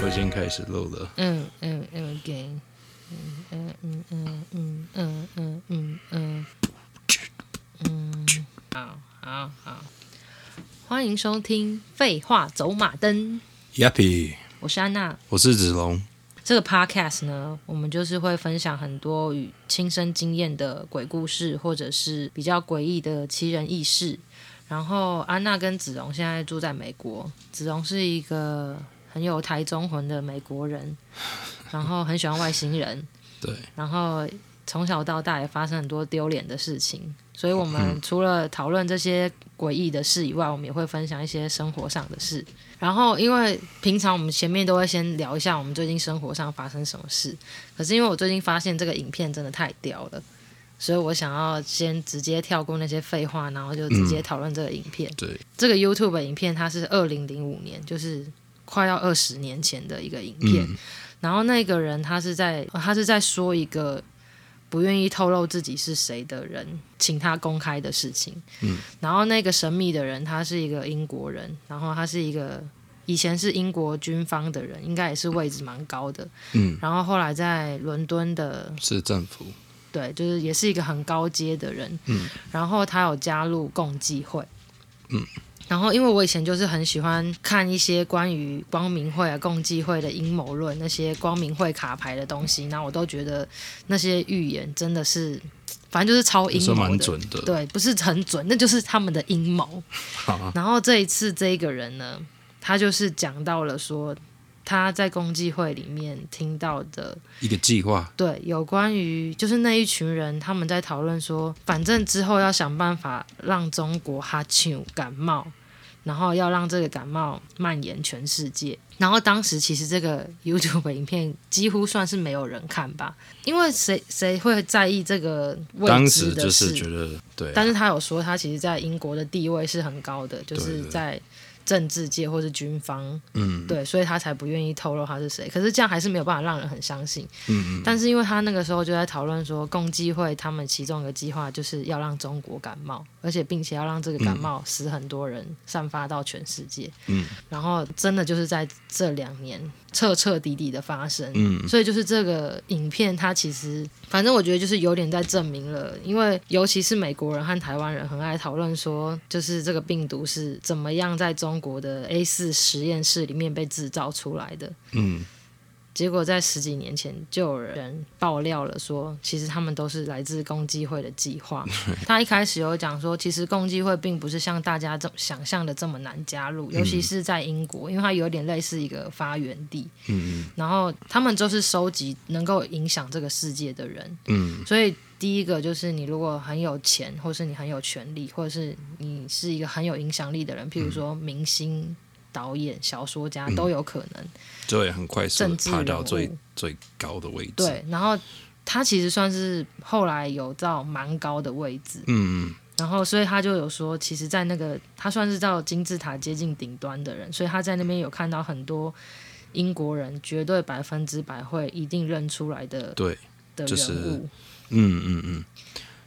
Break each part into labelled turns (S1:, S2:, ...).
S1: 我已经开始录了。
S2: 嗯嗯嗯，OK。嗯嗯嗯嗯嗯嗯嗯嗯嗯，好好好，欢迎收听《废话走马灯》，
S1: Yappy，
S2: 我是安娜。
S1: 我是子龙。
S2: 这个 podcast 呢，我们就是会分享很多与亲身经验的鬼故事，或者是比较诡异的奇人异事。然后安娜跟子荣现在住在美国，子荣是一个很有台中魂的美国人，然后很喜欢外星人，
S1: 对，
S2: 然后从小到大也发生很多丢脸的事情，所以我们除了讨论这些诡异的事以外，我们也会分享一些生活上的事。然后，因为平常我们前面都会先聊一下我们最近生活上发生什么事，可是因为我最近发现这个影片真的太屌了，所以我想要先直接跳过那些废话，然后就直接讨论这个影片。
S1: 对，
S2: 这个 YouTube 的影片它是二零零五年，就是快要二十年前的一个影片。
S1: 嗯
S2: 然后那个人他是在呃他是在说一个不愿意透露自己是谁的人，请他公开的事情。嗯，然后那个神秘的人他是一个英国人，然后他是一个以前是英国军方的人，应该也是位置蛮高的。
S1: 嗯，
S2: 然后后来在伦敦的
S1: 是政府。
S2: 对，就是也是一个很高阶的人。嗯，然后他有加入共济会。
S1: 嗯，
S2: 然后因为我以前就是很喜欢看一些关于光明会啊、共济会的阴谋论，那些光明会卡牌的东西，然后我都觉得那些预言真的是，反正就是超
S1: 有
S2: 阴
S1: 时候
S2: 谋
S1: 蛮
S2: 的。
S1: 准的。
S2: 对，不是很准，那就是他们的阴 谋。
S1: 啊，
S2: 然后这一次这一个人呢，他就是讲到了说他在共济会里面听到的
S1: 一个计划。
S2: 对，有关于就是那一群人，他们在讨论说，反正之后要想办法让中国哈啾感冒，然后要让这个感冒蔓延全世界。然后当时其实这个 YouTube 影片几乎算是没有人看吧，因为谁谁会在意这个未
S1: 当
S2: 知
S1: 时
S2: 的
S1: 就
S2: 事？
S1: 是觉得，对啊，
S2: 但是他有说，他其实在英国的地位是很高的，就
S1: 对
S2: 是
S1: 对
S2: 在政治界或是军方，
S1: 嗯
S2: 对，所以他才不愿意透露他是谁。可是这样还是没有办法让人很相信。
S1: 嗯嗯，
S2: 但是因为他那个时候就在讨论说，共济会他们其中一个计划就是要让中国感冒，而且并且要让这个感冒使很多人散发到全世界。
S1: 嗯，
S2: 然后真的就是在这两年彻彻底底的发生。
S1: 嗯
S2: 所以就是这个影片，它其实反正我觉得就是有点在证明了，因为尤其是美国人和台湾人很爱讨论说，就是这个病毒是怎么样在中国的 A 四实验室里面被制造出来的。
S1: 嗯，
S2: 结果在十几年前就有人爆料了说，其实他们都是来自共济会的计划。 他一开始有讲说，其实共济会并不是像大家这想象的这么难加入，
S1: 嗯
S2: 尤其是在英国，因为它有点类似一个发源地。
S1: 嗯
S2: 然后他们就是收集能够影响这个世界的人，
S1: 嗯
S2: 所以第一个就是你如果很有钱，或是你很有权利，或者是你是一个很有影响力的人，譬如说明星、导演、小说
S1: 嗯
S2: 家都有可能。
S1: 就会很快速
S2: 政
S1: 地
S2: 治
S1: 爬
S2: 人
S1: 到
S2: 物
S1: 最最高的位置。，
S2: 对，然后他其实算是后来有到蛮高的位置，
S1: 嗯嗯，
S2: 然后所以他就有说，其实，在那个他算是到金字塔接近顶端的人，所以他在那边有看到很多英国人绝对百分之百会一定认出来的
S1: 对，
S2: 的人物。
S1: 就是嗯嗯嗯，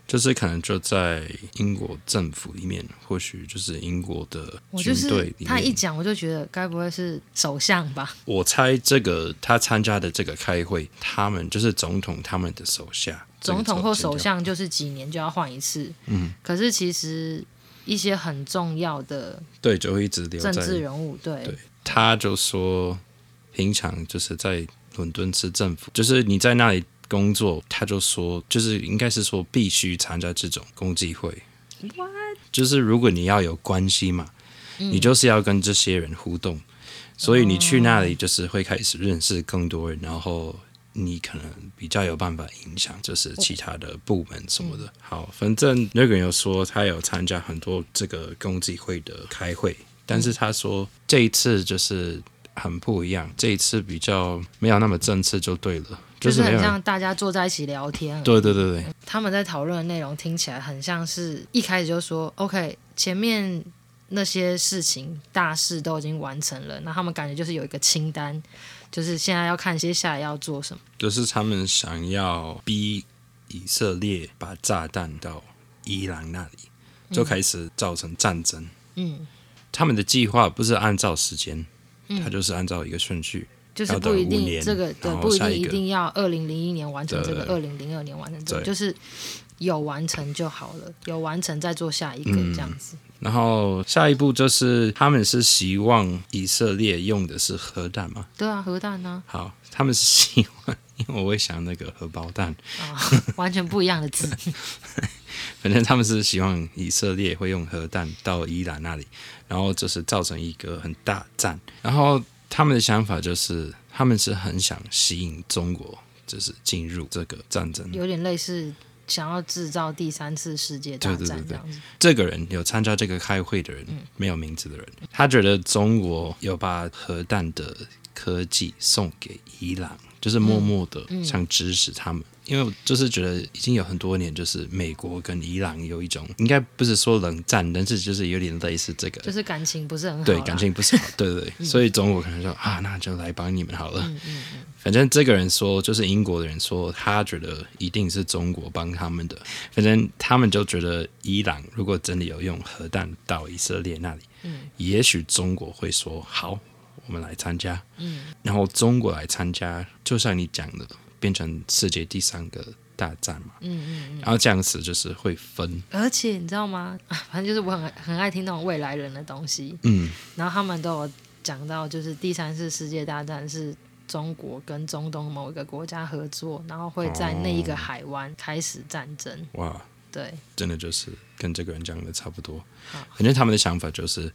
S1: 就是可能就在英国政府里面，或许就是英国的
S2: 我就
S1: 军队
S2: 是
S1: 里面。
S2: 他一讲，我就觉得该不会是首相吧？
S1: 我猜这个他参加的这个开会，他们就是总统他们的手下，
S2: 总统或首
S1: 这个
S2: 相就是几年就要换一次。嗯，可是其实一些很重要的
S1: 总，对，就会一直留
S2: 政
S1: 在。
S2: 治人物，对
S1: 对他就说，平常就是在伦敦市政府，就是你在那里工作，他就说，就是应该是说必须参加这种共济会。就是如果你要有关系嘛，
S2: 嗯
S1: 你就是要跟这些人互动，所以你去那里就是会开始认识更多人，然后你可能比较有办法影响，就是其他的部门什么
S2: 嗯
S1: 的。好，反正那个人有说他有参加很多这个共济会的开会，但
S2: 嗯
S1: 是他说这一次就是很不一样，这一次比较没有那么正式就对了，
S2: 就是是
S1: 没有人
S2: 很像大家坐在一起聊天。
S1: 对对对对，
S2: 他们在讨论的内容听起来很像是一开始就说 OK，前面那些事情大事都已经完成了，那他们感觉就是有一个清单，就是现在要看接下来要做什么。
S1: 就是他们想要逼以色列把炸弹到伊朗那里，就开始造成战争。
S2: 嗯，
S1: 他们的计划不是按照时间，它就是按照一个顺序。
S2: 就是
S1: 要
S2: 不一
S1: 等五
S2: 定
S1: 年
S2: 这个对
S1: 然，后
S2: 不一
S1: 下
S2: 定
S1: 一
S2: 一
S1: 个
S2: 定要二零零一年完成这个，
S1: 对
S2: 二零零二年完成这个，
S1: 对
S2: 就是有完成就好了，有完成再做下一个
S1: 嗯
S2: 这样子。
S1: 然后下一步就是他们是希望以色列用的是核弹吗？
S2: 对啊，核弹呢、
S1: 好，他们是希望，因为我会想那个荷包蛋，
S2: 啊 完全不一样的字。
S1: 反正他们是希望以色列会用核弹到伊朗那里，然后就是造成一个很大战。然后他们的想法就是，他们是很想吸引中国，就是进入这个战争。
S2: 有点类似想要制造第三次世界大
S1: 对对
S2: 战
S1: 对
S2: 这样子。
S1: 这个人有参加这个开会的人，没有名字的人，他觉得中国有把核弹的科技送给伊朗，就是默默的想指使他们。因为我就是觉得已经有很多年，就是美国跟伊朗有一种，应该不是说冷战，但是就是有点类似这个，
S2: 就是感情不是很好啦，嗯
S1: 对感情不是好，对对对，所以中国可能说啊，那就来帮你们好了。反正这个人说，就是英国的人说，他觉得一定是中国帮他们的。反正他们就觉得，伊朗如果真的有用核弹到以色列那里，
S2: 嗯
S1: 也许中国会说好，我们来参加。
S2: 嗯
S1: 然后中国来参加，就像你讲的，变成世界第三个大战嘛。
S2: 嗯
S1: 然后这样子就是会分，
S2: 而且你知道吗？ 反正就是我很很爱听那种未来人的东西，
S1: 嗯，
S2: 然后他们都有讲到，就是第三次世界大战是。中国跟中东某一个国家合作，然后会在那一个海湾开始战争。
S1: 哇，
S2: 对，
S1: 真的就是跟这个人讲的差不多
S2: 好。
S1: 反正他们的想法就是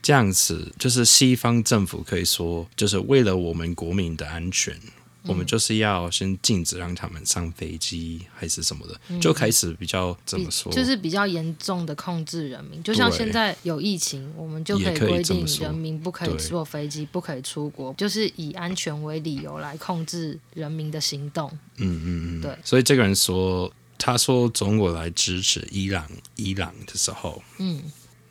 S1: 这样子，就是西方政府可以说，就是为了我们国民的安全，
S2: 嗯
S1: 我们就是要先禁止让他们上飞机还是什么的，就开始比较怎
S2: 比
S1: 么说，
S2: 嗯就是比较严重的控制人民，就像
S1: 对
S2: 现在有疫情，我们就
S1: 也
S2: 可以
S1: 可以
S2: 规
S1: 这么
S2: 定
S1: 说
S2: 人民不可以
S1: 对
S2: 坐飞机，不可以出国，就是以安全为理由来控制人民的行动。
S1: 嗯嗯嗯，
S2: 对
S1: 所以这个人说，他说中国来支持伊朗，伊朗的时候，
S2: 嗯，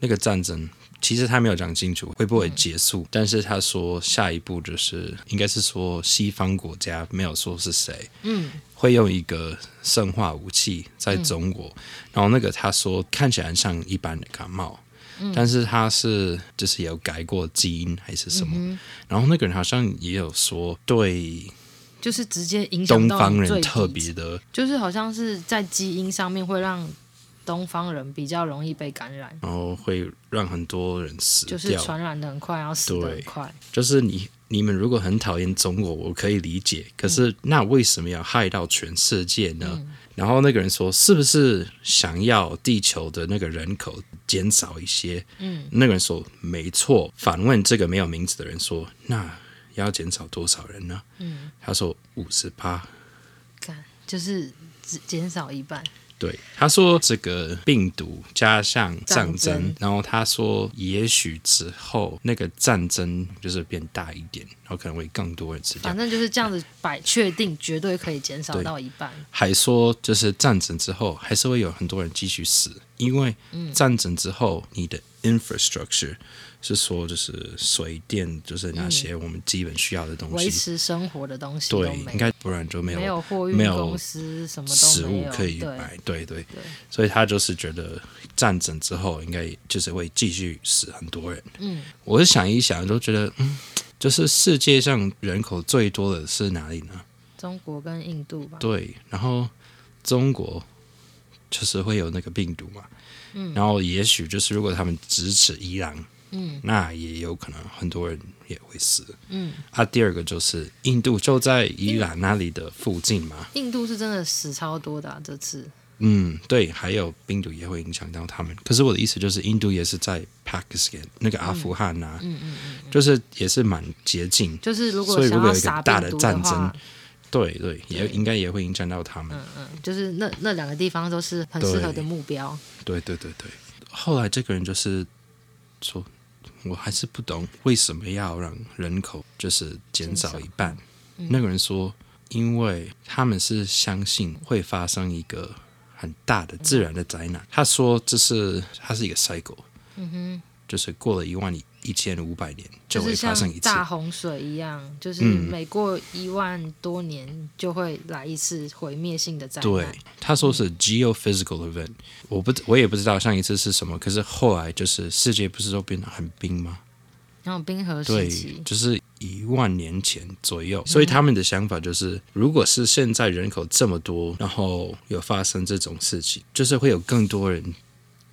S1: 那个战争。其实他没有讲清楚会不会结束，但是他说下一步就是应该是说西方国家没有说是谁，
S2: 嗯，
S1: 会用一个生化武器在中国，然后那个他说看起来很像一般的感冒，但是他是就是有改过基因还是什么，
S2: 嗯
S1: 然后那个人好像也有说对
S2: 就是直接影响
S1: 东
S2: 到
S1: 方
S2: 你
S1: 人
S2: 最
S1: 特
S2: 底
S1: 别的
S2: 就是好像是在基因上面会让东方人比较容易被感染，
S1: 然后会让很多人死掉。
S2: 就是传染的很快，然后死的
S1: 对
S2: 很快。
S1: 就是你你们如果很讨厌中国，我可以理解，可
S2: 嗯
S1: 是那为什么要害到全世界呢？然后那个人说，是不是想要地球的那个人口减少一些？嗯，那个人说没错。反问这个没有名字的人说，那要减少多少人呢？嗯，他说五十八。
S2: 看，就是只减少一半。
S1: 对，他说这个病毒加上战争，
S2: 战争
S1: 然后他说也许之后那个战争就是变大一点，然后可能会更多人死掉
S2: 反。正就是这样子摆，确定绝对可以减少到一半。
S1: 还说就是战争之后还是会有很多人继续死，因为
S2: 嗯
S1: 战争之后你的 infrastructure 是说就是水电就是那些我们基本需要的东
S2: 嗯维
S1: 西，
S2: 持生活的东西都
S1: 对，
S2: 没
S1: 应该不然就没
S2: 没
S1: 有
S2: 有货
S1: 没
S2: 运
S1: 有
S2: 公司，什么
S1: 食
S2: 都没
S1: 物
S2: 有。
S1: 可以
S2: 对，
S1: 买，对对，所以他就是觉得战争之后应该就是会继续死很多人。
S2: 嗯，
S1: 我是想一想都觉得，嗯，就是世界上人口最多的是哪里呢？
S2: 中国跟印度吧，
S1: 对，然后中国就是会有那个病毒嘛，嗯，然后也许就是如果他们支持伊朗，
S2: 嗯，
S1: 那也有可能很多人也会死，
S2: 嗯，
S1: 啊，第二个就是印度就在伊朗那里的附近嘛，
S2: 印度是真的死超多的啊、这次。
S1: 嗯，对，还有病毒也会影响到他们。可是我的意思就是，印度也是在 Pakistan 那个阿富汗啊，嗯嗯就是也是蛮接近，
S2: 就是如果
S1: 所以如
S2: 想
S1: 果
S2: 要
S1: 有一个
S2: 撒病
S1: 大
S2: 毒
S1: 战
S2: 话
S1: 争，，对对，也应该也会影响到他们。
S2: 就是那那两个地方都是很适合的
S1: 对
S2: 目标。
S1: 对对对对。后来这个人就是说，我还是不懂为什么要让人口就是减少一半。
S2: 嗯
S1: 那个人说，因为他们是相信会发生一个很大的自然的灾难。他说这是它是一个 cycle，嗯就是过了一万一千五百年就
S2: 就是
S1: 会发
S2: 像
S1: 生一次。嗯
S2: 大洪水一样，就是每过一万多年就会来一次毁灭性的灾
S1: 对
S2: 难。，
S1: 他说是 geophysical event，、我不我也不知道上一次是什么，可是后来就是世界不是都变得很冰吗？
S2: 然后冰河
S1: 对
S2: 时期，，
S1: 就是一万年前左右，所以他们的想法就是，如果是现在人口这么多，然后有发生这种事情，就是会有更多人。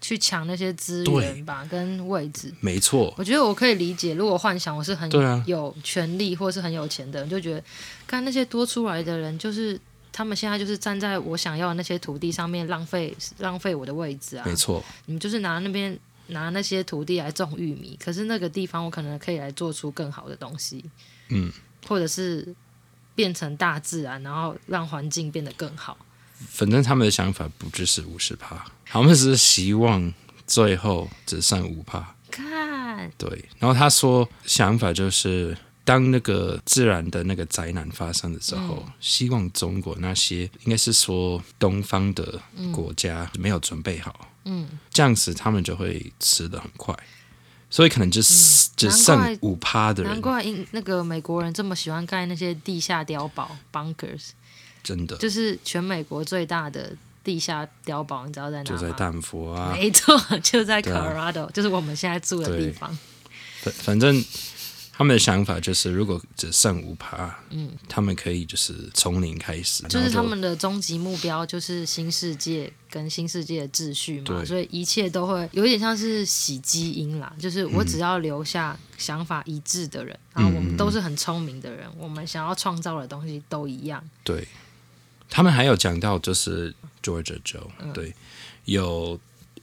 S2: 去抢那些资
S1: 对
S2: 源吧，跟位置。
S1: 没错，
S2: 我觉得我可以理解，如果幻想我是很
S1: 对啊
S2: 有权利或是很有钱的人，就觉得看那些多出来的人，就是他们现在就是站在我想要的那些土地上面浪费浪费我的位置啊
S1: 没。错，
S2: 你们就是拿那边拿那些土地来种玉米，可是那个地方我可能可以来做出更好的东西，
S1: 嗯，
S2: 或者是变成大自然，然后让环境变得更好。
S1: 反正他们的想法不只是五十趴，他们是希望最后只剩五趴。
S2: 看，
S1: 对，然后他说想法就是，当那个自然的那个灾难发生的时候，
S2: 嗯
S1: 希望中国那些应该是说东方的国家没有准备好，
S2: 嗯，
S1: 这样子他们就会死得很快，所以可能就、只
S2: 嗯难
S1: 剩
S2: 怪
S1: 五趴的
S2: 难
S1: 人，
S2: 怪英那个美国人这么喜欢盖那些地下碉堡 （bunkers），
S1: 真的
S2: 就是全美国最大的地下碉堡，你知道在哪
S1: 就
S2: 吗？
S1: 在丹佛啊，
S2: 没错，就在
S1: 对啊
S2: Colorado，、就是我们现在住的
S1: 对
S2: 地方。
S1: 反反正他们的想法就是，如果只剩五趴，嗯，他们可以就是从零开始，
S2: 就是他
S1: 然后
S2: 们的终极目标就是新世界跟新世界的秩序嘛，
S1: 对
S2: 所以一切都会有一点像是洗基因啦，就是我
S1: 嗯
S2: 只要留下想法一致的人，然后我们都是很聪明的人，我们想要创造的东西都一样，
S1: 对，他们还有讲到就是 Georgia 州，对，有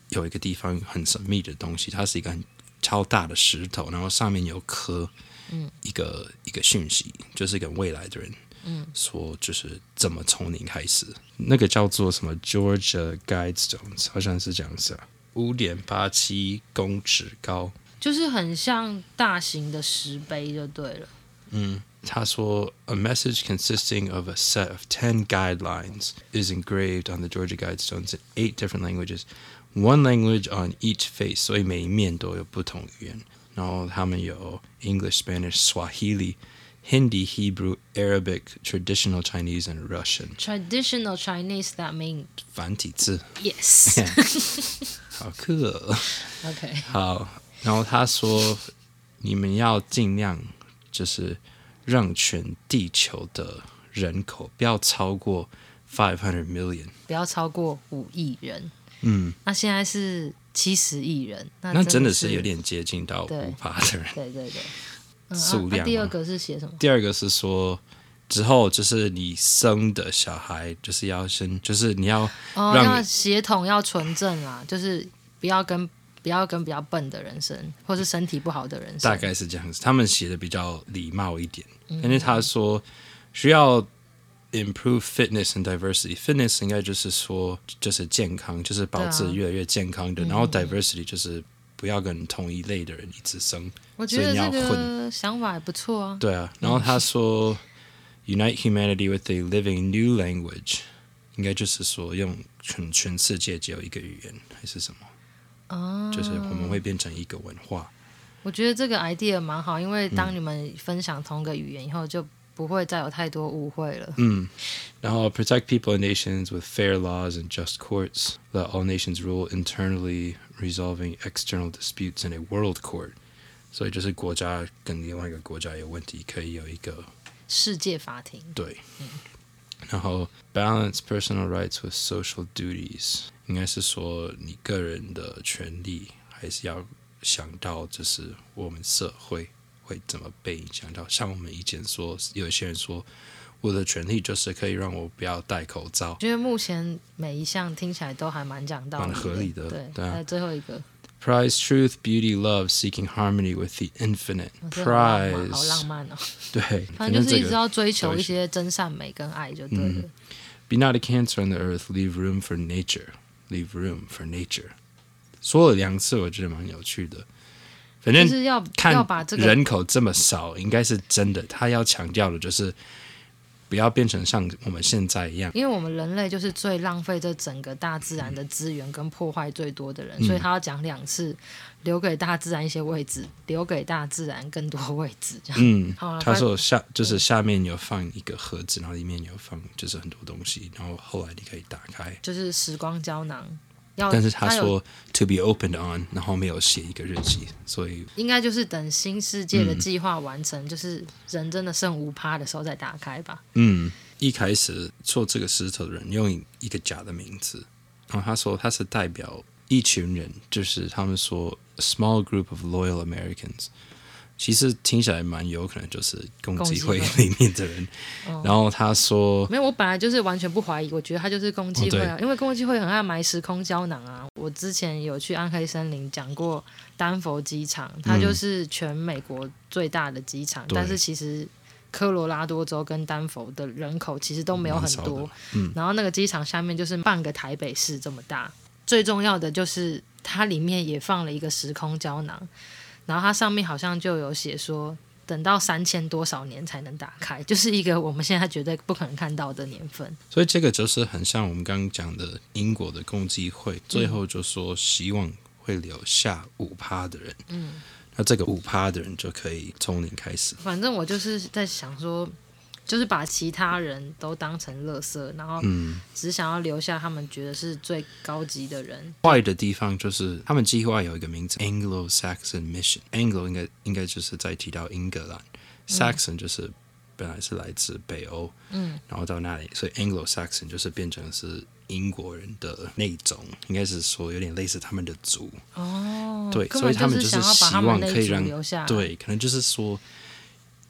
S1: 有一个地方很神秘的东西，它是一个很超大的石头，然后上面有刻一个、一个讯息，就是给未来的人。嗯，说就是怎么从零开始，那个叫做什么 Georgia Guidestones，好像是这样子啊，五点八七公尺高，
S2: 就是很像大型的石碑就对了。
S1: 他说, Mm. a message consisting of a set of 10 guidelines is engraved on the Georgia Guidestones in eight different languages, one language on each face. 所以每一面都有不同语言。然后他们有 English, Spanish, Swahili, Hindi, Hebrew, Arabic, traditional Chinese, and Russian.
S2: Traditional Chinese that mean yes.
S1: 繁体字，好酷哦。
S2: OK，
S1: 好，然后他说，你们要尽量就是让全地球的人口不要超过 five hundred million，
S2: 不要超过五亿人。
S1: 嗯，
S2: 那现在是七十亿人，那
S1: 那
S2: 真
S1: 真
S2: 的
S1: 的是有。点接近到
S2: 对
S1: 五趴的人。
S2: 对对对，嗯
S1: 数
S2: 啊啊
S1: 量
S2: 第二
S1: 吗
S2: 个是写什么？
S1: 第二个是说。之后就是你生的小孩，就是要先，就是你要
S2: 哦，
S1: 让
S2: 要
S1: 你
S2: 血统要纯正啊，就是不要跟不要跟比较笨的人生，或是身体不好的人生。
S1: 大概是这样子。他们写的比较礼貌一点，因为他说需要 improve fitness and diversity。fitness 应该就是说就是健康，就是保持
S2: 对啊
S1: 越来越健康的。然后 diversity 就是不要跟同一类的人一直生。
S2: 我觉
S1: 所
S2: 得
S1: 以
S2: 这
S1: 你要
S2: 个想法也不错啊。
S1: 对啊，然后他说 unite humanity with a living new language，应该就是说用全全世界只有一个语言还是什么？
S2: 啊，
S1: 就是我们会变成一个文化。
S2: 我觉得这个 idea 蛮好，因
S1: 嗯
S2: 为当你们分享同个语言以后，就不会再有太多误会了。
S1: 然后 Mm. uh, protect people and nations with fair laws and just courts. Let all nations rule internally, resolving external disputes in a world court. 所以就是国家跟另外一个国家有问题，可以有一个
S2: 世界法庭
S1: 对。然后 balance personal rights with social duties，应该是说你个人的权利还是要想到，就是我们社会会怎么被影响到。像我们以前说，有一些人说，我的权利就是可以让我不要戴口罩
S2: 我。觉得目前每一项听起来都还蛮讲道理的，
S1: 蛮合理的
S2: 对，
S1: 对啊
S2: 还有最后一个，
S1: Prize truth, beauty, love, seeking harmony with the infinite.
S2: 哇这好浪漫好
S1: Prize，
S2: 浪漫哦。
S1: 对，
S2: 反正就是一
S1: 这
S2: 直
S1: 个
S2: 要追求
S1: 对
S2: 一些真善美跟爱就对了。
S1: Be not a cancer on the earth, leave room for nature. Leave room for nature. 说了两次，我觉得蛮有趣的。反
S2: 就
S1: 正
S2: 是要要
S1: 看
S2: 把这个
S1: 人口这么少，应该是真的。他要强调的就是，不要变成像我们现在一样。
S2: 因为我们人类就是最浪费这整个大自然的资源跟破坏最多的
S1: 嗯
S2: 人，所以他要讲两次，留给大自然一些位置，留给大自然更多位置，这样。
S1: 嗯
S2: 好啊，
S1: 他
S2: 反
S1: 说下就是下面有放一个盒子，然后里面有放就是很多东西，然后后来你可以打开。
S2: 就是时光胶囊，要，
S1: 但是他
S2: 有
S1: 说 to be opened on，然后后面有写一个日期，所以
S2: 应该就是等新世界的
S1: 嗯
S2: 计划完成，就是人真的剩五趴的时候再打开吧。
S1: 嗯，一开始做这个石头的人用一个假的名字，然后他说他是代表一群人，就是他们说 a small group of loyal Americans。其实听起来蛮有可能就是共济会
S2: 共济
S1: 里面的人。然后他说，哦
S2: 没有，我本来就是完全不怀疑，我觉得他就是共济会啊，因为共济会很爱埋时空胶囊啊。我之前有去暗黑森林讲过丹佛机场，它就是全美国最大的机场，
S1: 嗯对
S2: 但是其实。科罗拉多州跟丹佛的人口其实都没有很
S1: 嗯蛮少
S2: 多
S1: 的，
S2: 然后那个机场下面就是半个台北市这么大。最重要的就是它里面也放了一个时空胶囊，然后它上面好像就有写说，等到三千多少年才能打开，就是一个我们现在绝对不可能看到的年份。
S1: 所以这个就是很像我们刚刚讲的英国的共济会，最后就说希望会留下五趴的人。嗯，那这个五趴的人就可以从零开始。
S2: 反正我就是在想说，就是把其他人都当成垃圾，然后
S1: 嗯
S2: 只想要留下他们觉得是最高级的人。
S1: 坏的地方就是他们计划有一个名字 Anglo-Saxon Mission。Anglo 应该应该就是在提到英格
S2: 嗯
S1: 兰、s a x o n 就是本来是来自北欧，嗯，然后到那里，所以 Anglo-Saxon 就是变成是英国人的那种，应该是说有点类似他们的族，
S2: 哦，
S1: 对，
S2: 根
S1: 所
S2: 本
S1: 以他们
S2: 是
S1: 是
S2: 想要把
S1: 希
S2: 他们
S1: 望
S2: 那
S1: 可以
S2: 一
S1: 让
S2: 族留下。，
S1: 对，可能就是说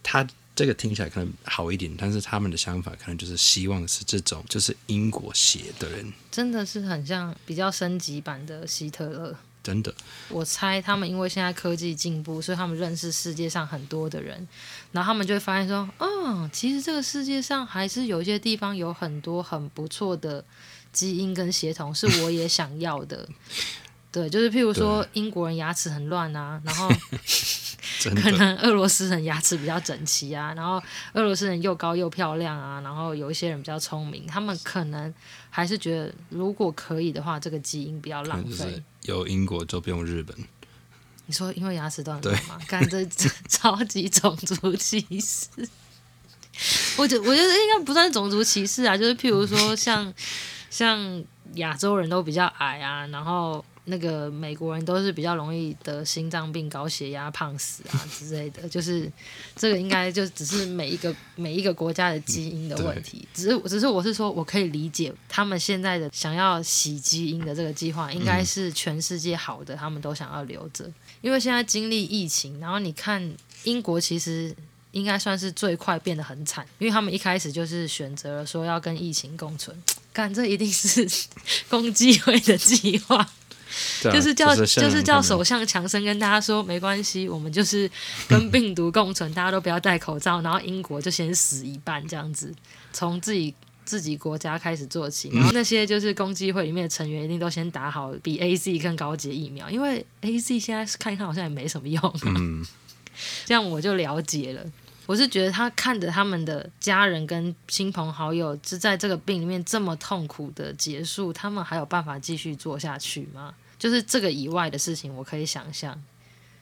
S1: 他。这个听起来可能好一点，但是他们的想法可能就是希望是这种，就是英国血的人，
S2: 真的是很像比较升级版的希特勒。
S1: 真的
S2: 我猜他们因为现在科技进步，所以他们认识世界上很多的人，然后他们就会发现说，哦，其实这个世界上还是有一些地方有很多很不错的基因跟协同，是我也想要的。对，就是譬如说英国人牙齿很乱啊，然后
S1: 真
S2: 可
S1: 的
S2: 能俄罗斯人牙齿比较整齐啊，然后俄罗斯人又高又漂亮啊，然后有一些人比较聪明，他们可能还是觉得如果可以的话，这个基因不要浪
S1: 就
S2: 费
S1: 是。有英国就不用日本，
S2: 你说因为牙齿都很乱吗？干这这超级种族歧视。 我觉我觉得应该不算种族歧视啊，就是譬如说像像亚洲人都比较矮啊，然后那个美国人都是比较容易得心脏病、高血压、胖死啊之类的，就是这个应该就只是每一个每一个国家的基因的问题，只是只是我是说我可以理解他们现在的想要洗基因的这个计划，应该是全世界好的，他们都想要留着，因为现在经历疫情，然后你看英国其实应该算是最快变得很惨，因为他们一开始就是选择了说要跟疫情共存。干，这一定是 攻击会的计划，
S1: 对啊
S2: 就是叫
S1: 现在
S2: 就是叫
S1: 可能
S2: 首相强生跟大家说，没关系，我们就是跟病毒共存，大家都不要戴口罩，然后英国就先死一半这样子，从自己。自己国家开始做起，然后那些就是攻击会里面的成员一定都先打好比 A Z 更高级的疫苗，因为 A Z 现在看一看好像也没什么用、
S1: 嗯，
S2: 这样我就了解了。我是觉得他看着他们的家人跟亲朋好友是在这个病里面这么痛苦的结束，他们还有办法继续做下去吗？就是这个以外的事情，我可以想象。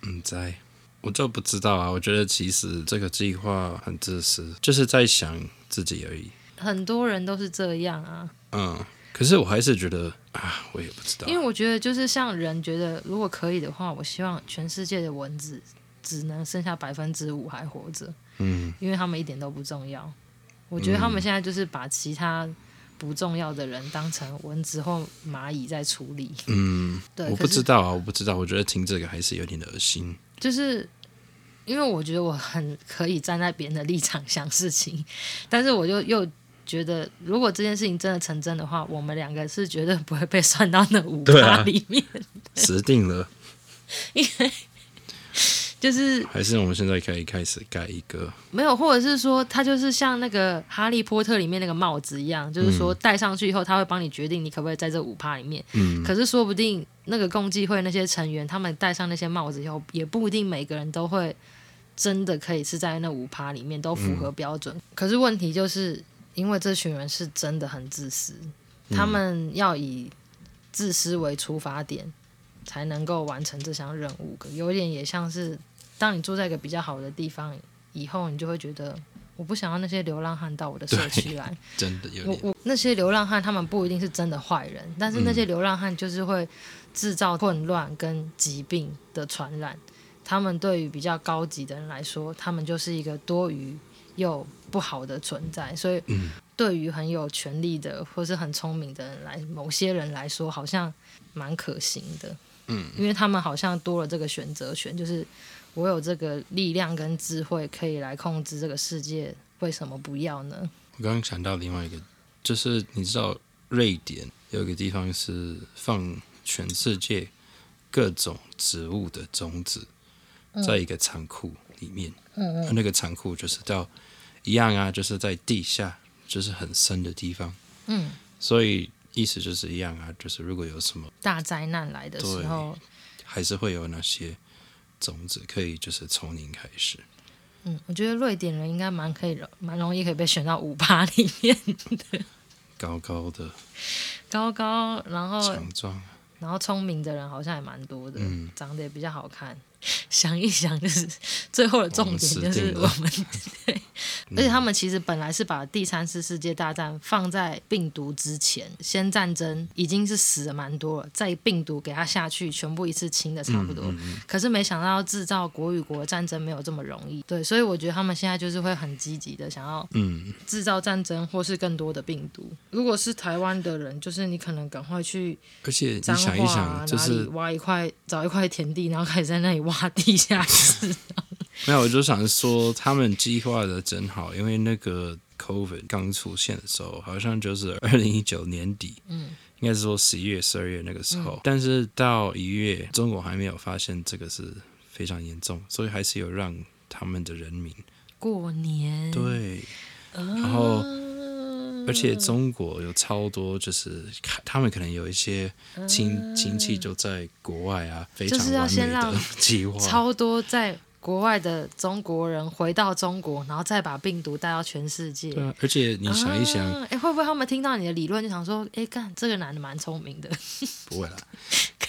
S1: 嗯在，我就不知道啊。我觉得其实这个计划很自私，就是在想自己而已。
S2: 很多人都是这样啊，
S1: 嗯，可是我还是觉得啊，我也不知道
S2: 因。为我觉得就是像人觉得，如果可以的话，我希望全世界的蚊子只能剩下百分之五还活着，
S1: 嗯，
S2: 因为他们一点都不重要。我觉得他们现在就是把其他不重要的人当成蚊子或蚂蚁在处理。
S1: 嗯，
S2: 对，
S1: 我
S2: 可
S1: 不
S2: 是
S1: 知道啊，我不知道。我觉得听这个还是有点恶心。
S2: 就是因为我觉得我很可以站在别人的立场想事情，但是我就又觉得，如果这件事情真的成真的话，我们两个是绝对不会被算到那五
S1: 对
S2: 趴
S1: 啊
S2: 里面。
S1: 死定了，
S2: 就是
S1: 还是我们现在可以开始盖一个
S2: 没有，或者是说，它就是像那个《哈利波特》里面那个帽子一样，就是说戴上去以后，他会帮你决定你可不可以在这五趴里面。嗯、可是说不定那个共济会那些成员，他们戴上那些帽子以后，也不一定每个人都会真的可以是在那五趴里面都符合标准。可是问题就是因为这群人是真的很自私，他们要以自私为出发点，才能够完成这项任务。有一点也像是，当你住在一个比较好的地方以后，你就会觉得我不想要那些流浪汉到我的社区来。
S1: 真的有
S2: 我
S1: 点
S2: 我那些流浪汉，他们不一定是真的坏人，但是那些流浪汉就是会制造混乱跟疾病的传染。他们对于比较高级的人来说，他们就是一个多余又不好的存在。所以，
S1: 嗯
S2: 对于很有权力的或是很聪明的人来，某些人来说，好像蛮可行的。嗯，因为他们好像多了这个选择权，就是我有这个力量跟智慧，可以来控制这个世界，为什么不要呢？
S1: 我刚刚想到另外一个，就是你知道瑞典有一个地方是放全世界各种植物的种子，
S2: 嗯
S1: 在一个仓库里面。嗯那个仓库就是到一样啊，就是在地下，就是很深的地方。
S2: 嗯，
S1: 所以意思就是一样啊，就是如果有什么，
S2: 大灾难来的时候，
S1: 还是会有那些种子可以就是从零开始。
S2: 嗯，我觉得瑞典人应该蛮可以容，蛮容易可以被选到五趴里面，
S1: 高高的
S2: 高高，然后
S1: 强壮，啊
S2: 然后聪明的人好像也蛮多的，
S1: 嗯
S2: 长得也比较好看。想一想，就是最后的重点就是
S1: 我
S2: 我
S1: 们
S2: 们，对，
S1: 嗯
S2: 而且他们其实本来是把第三次世界大战放在病毒之前，先战争已经是死了蛮多了，再病毒给它下去，全部一次清的差不
S1: 嗯
S2: 多。可是没想到制造国与国战争没有这么容易，对，所以我觉得他们现在就是会很积极的想要
S1: 嗯，
S2: 制造战争或是更多的病毒。如果是台湾的人，就是你可能赶快去
S1: 而且你
S2: 脏
S1: 想一
S2: 话
S1: 想，
S2: 啊，
S1: 就
S2: 哪
S1: 是
S2: 里挖一块找一块田地，然后开始在那里挖地下室。
S1: 没有，我就想说他们计划的真好，因为那个 COVID 刚出现的时候，好像就是二零一九年底，嗯，应该是说十一月、十二月那个时
S2: 嗯
S1: 候，但是到一月，中国还没有发现这个是非常严重，所以还是有让他们的人民
S2: 过年，
S1: 对，然后。而且中国有超多，就是他们可能有一些亲亲戚就在国外啊，非常
S2: 嗯就是要
S1: 完美
S2: 先
S1: 的
S2: 让
S1: 计划，
S2: 超多在国外的中国人回到中国，然后再把病毒带到全世界。
S1: 对啊。而且你想一想，
S2: 啊哎、会不会他们听到你的理论就想说，哎，干这个男的蛮聪明的，
S1: 不会啦，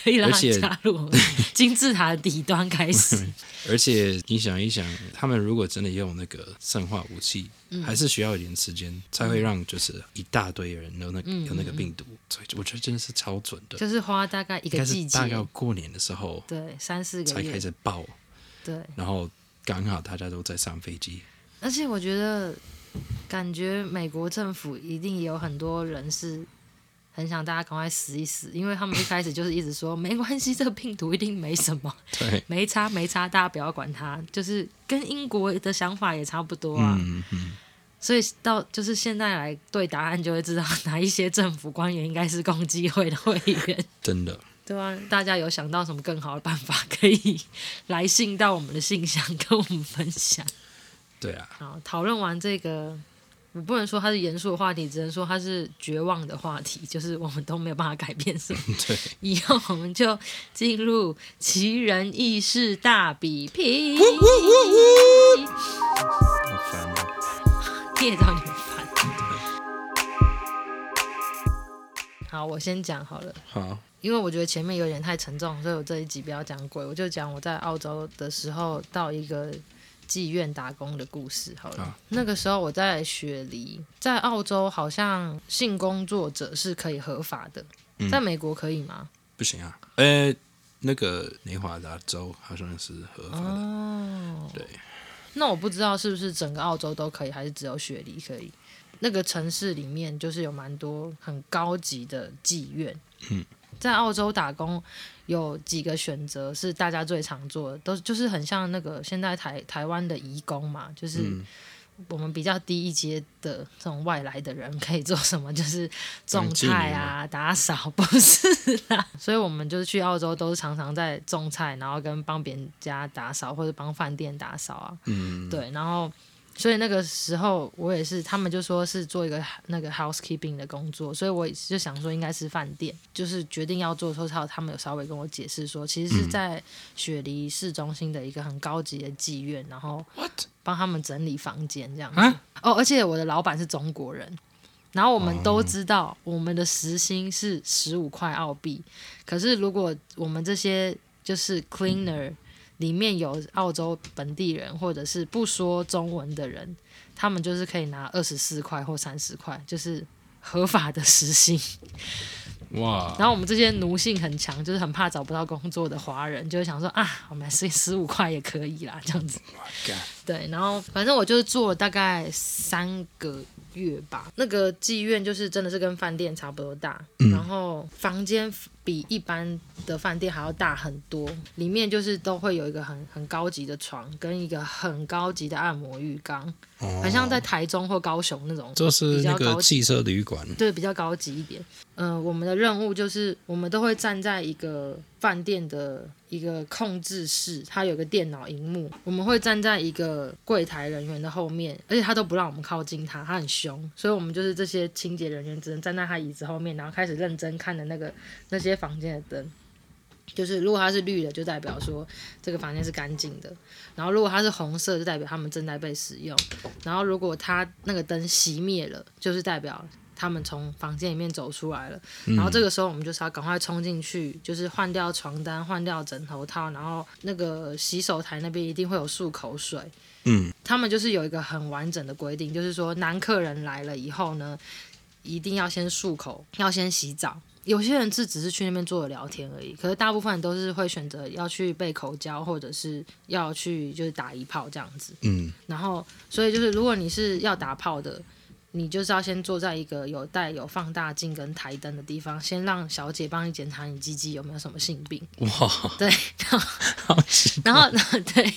S2: 可以让
S1: 而
S2: 他
S1: 且
S2: 加 入我们金字塔的底端开始。
S1: 而且你想一想，他们如果真的用那个生化武器，
S2: 嗯
S1: 还是需要一点时间才会让就是一大堆人有那
S2: 嗯
S1: 有那个病毒，所以我觉得真的是超准的，
S2: 就是花大概一
S1: 应
S2: 个
S1: 该
S2: 季
S1: 是大概
S2: 节，
S1: 过年的时候
S2: 对，三四个
S1: 才开
S2: 月，
S1: 始爆，
S2: 对。
S1: 然后刚好大家都在上飞 机，
S2: 而且我觉得，感觉美国政府一定也有很多人是很想大家赶快死一死，因为他们一开始就是一直说没关系，这个病毒一定没什么，
S1: 对，
S2: 没差没差，大家不要管它，就是跟英国的想法也差不多啊。
S1: 嗯嗯，
S2: 所以到就是现在来对答案，就会知道哪一些政府官员应该是共济会的会员。
S1: 真的，
S2: 对啊，大家有想到什么更好的办法，可以 来信到我们的信箱跟我们分享。
S1: 对啊，
S2: 好，讨论完这个，我不能说它是严肃的话题，只能说它是绝望的话题，就是我们都没有办法改变什么。
S1: 对，
S2: 以后我们就进入奇人异事大比拼。
S1: 好烦哦，
S2: 夜 到你们烦。好，我先讲好了。
S1: 好，
S2: 因为我觉得前面有点太沉重，所以我这一集不要讲鬼，我就讲我在澳洲的时候到一个妓院打工的故事好了。
S1: 啊
S2: 那个时候我在雪梨，在澳洲好像性工作者是可以合法的，在美国可以吗？
S1: 不行啊，呃，那个内华达州好像是合法的，
S2: 哦，
S1: 对，
S2: 那我不知道是不是整个澳洲都可以，还是只有雪梨可以。那个城市里面就是有蛮多很高级的妓院。在澳洲打工有几个选择是大家最常做的，都就是很像那个现在台台湾的移工嘛，就是我们比较低一阶的这种外来的人可以做什么，就是种菜啊、打扫，不是啦。 所以我们就是去澳洲都是常常在种菜，然后跟帮别人家打扫或者帮饭店打扫啊。
S1: 嗯，
S2: 对，然后所以那个时候我也是，他们就说是做一个那个 housekeeping 的工作，所以我就想说应该是饭店，就是决定要做的时候，他他们有稍微跟我解释说，其实是在雪梨市中心的一个很高级的妓院，然后
S1: What？
S2: 帮他们整理房间这样子。
S1: 啊
S2: 哦，而且我的老板是中国人。然后我们都知道，我们的时薪是十五块澳币。可是如果我们这些就是 cleaner 里面有澳洲本地人或者是不说中文的人，他们就是可以拿二十四块或三十块，就是合法的时薪。
S1: 哇，
S2: 然后我们这些奴性很强，就是很怕找不到工作的华人，就会想说啊，我们十十五块也可以啦，这样子。
S1: 干
S2: 对，然后反正我就是做了大概三个月吧。那个妓院就是真的是跟饭店差不多大，然后房间比一般的饭店还要大很多，里面就是都会有一个很很高级的床跟一个很高级的按摩浴缸，很像在台中或高雄那种
S1: 就是那
S2: 比较
S1: 个
S2: 高
S1: 汽车旅馆，
S2: 对，比较高级一点。嗯，我们的任务就是，我们都会站在一个饭店的一个控制室，它有个电脑荧幕，我们会站在一个柜台人员的后面，而且他都不让我们靠近他，他很凶，所以我们就是这些清洁人员只能站在他椅子后面，然后开始认真看着那个那些房间的灯。就是如果它是绿的，就代表说这个房间是干净的；然后如果它是红色，就代表他们正在被使用；然后如果它那个灯熄灭了，就是代表他们从房间里面走出来了。然后这个时候我们就是要赶快冲进去，就是换掉床单、换掉枕头套，然后那个洗手台那边一定会有漱口水。
S1: 嗯，
S2: 他们就是有一个很完整的规定，就是说男客人来了以后呢，一定要先漱口，要先洗澡。有些人是只是去那边坐着聊天而已，可是大部分人都是会选择要去被口交，或者是要去就是打一炮这样子。
S1: 嗯，
S2: 然后，所以就是如果你是要打炮的，你就是要先坐在一个有带有放大镜跟台灯的地方，先让小姐帮你检查你鸡鸡有没有什么性病。
S1: 哇，好
S2: 对，然后，
S1: 气
S2: 然后对，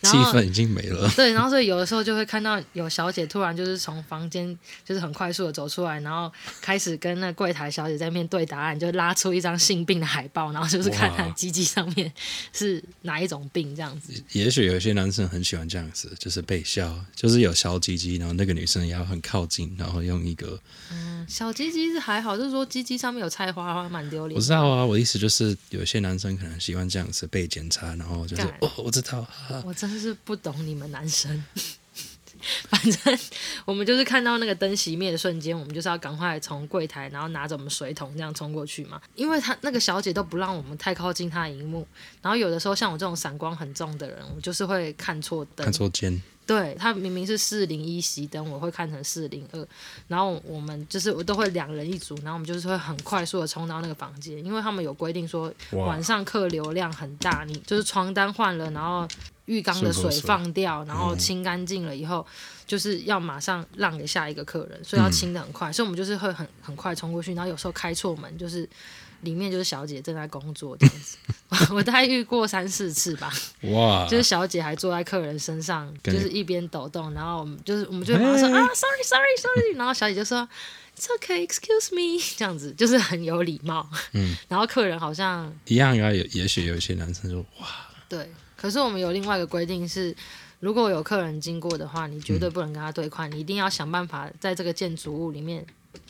S2: 然后
S1: 氛已经没了，
S2: 对，然后所以有的时候就会看到有小姐突然就是从房间就是很快速的走出来，然后开始跟那柜台小姐在面对答案，就拉出一张性病的海报，然后就是看她
S1: 哇
S2: 鸡鸡上面是哪一种病这样子。
S1: 也许有些男生很喜欢这样子，就是被削，就是有小鸡鸡，然后那个女生也要很靠近，然后用一个
S2: 小鸡鸡是还好，就是说鸡鸡上面有菜花花蛮丢脸
S1: 我
S2: 的。
S1: 知道啊，我的意思就是有些男生可能喜欢这样子被检查，然后就是
S2: 干
S1: 哦，我知道，哈哈
S2: 我真是不懂你们男生。 反正我们就是看到那个灯熄灭的瞬间，我们就是要赶快从柜台，然后拿着我们水桶这样冲过去嘛。因为他那个小姐都不让我们太靠近她的荧幕，然后有的时候像我这种散光很重的人，我就是会看错灯
S1: 看，错肩，
S2: 对，它明明是四零一熄灯，我会看成四零二，然后我们就是我都会两人一组，然后我们就是会很快速的冲到那个房间，因为他们有规定说
S1: 哇
S2: 晚上客流量很大，你就是床单换了，然后浴缸的
S1: 漱口
S2: 水
S1: 水
S2: 放掉，然后清干净了以后，就是要马上让给下一个客人，所以要清的很快，所以我们就是会很很快冲过去，然后有时候开错门，就是里面就是小姐正在工作这样子，我大概遇过三四次吧。
S1: 哇，
S2: 就是小姐还坐在客人身上，就
S1: 感觉
S2: 是一边抖动，然后我们就是我们就会马上说啊，sorry sorry sorry，然后小姐就说 It's okay, excuse me，这 样子就是很有礼貌。嗯， 然后客人好像
S1: 一样啊，也也许有些男生说哇，
S2: 对，可是我们有另外一个规定是，如果有客人经过的话，你绝对不能跟他对话，你一定要想办法在这个建筑物里面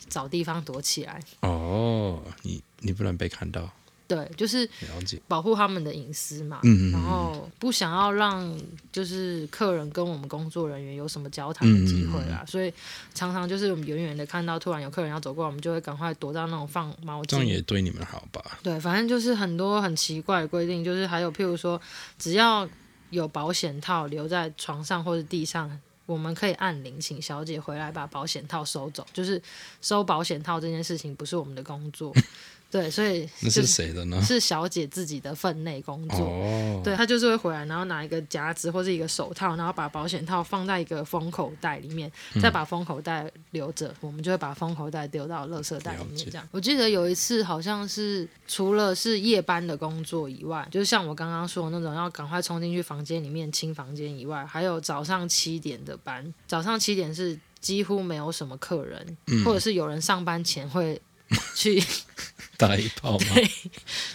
S2: 找地方躲起来。
S1: 哦，你你不能被看到，
S2: 对，就是
S1: 了解，
S2: 保护他们的隐私嘛，
S1: 嗯嗯嗯
S2: 然后不想要让就是客人跟我们工作人员有什么交谈的机会啦，
S1: 嗯
S2: 所以常常就是我们远远的看到突然有客人要走过来，我们就会赶快躲到那种放毛
S1: 这样
S2: 巾。
S1: 也对你们好吧？
S2: 对，反正就是很多很奇怪的规定，就是还有譬如说，只要有保险套留在床上或者地上，我们可以按铃请小姐回来把保险套收走。就是收保险套这件事情不是我们的工 作，对，所以
S1: 那
S2: 就是
S1: 谁的呢？
S2: 是小姐自己的分内工作。
S1: 哦，
S2: 对，她就是会回来，然后拿一个夹子或是一个手套，然后把保险套放在一个封口袋里面，再
S1: 嗯
S2: 把封口袋留着，我们就会把封口袋丢到垃圾袋里
S1: 了
S2: 面。
S1: 解
S2: 这样，我记得有一次好像是除了是夜班的工作以外，就是像我刚刚说的那种要赶快冲进去房间里面清房间以外，还有早上七点的班，早上七点是几乎没有什么客人，
S1: 嗯
S2: 或者是有人上班前会 去
S1: 打一炮吗？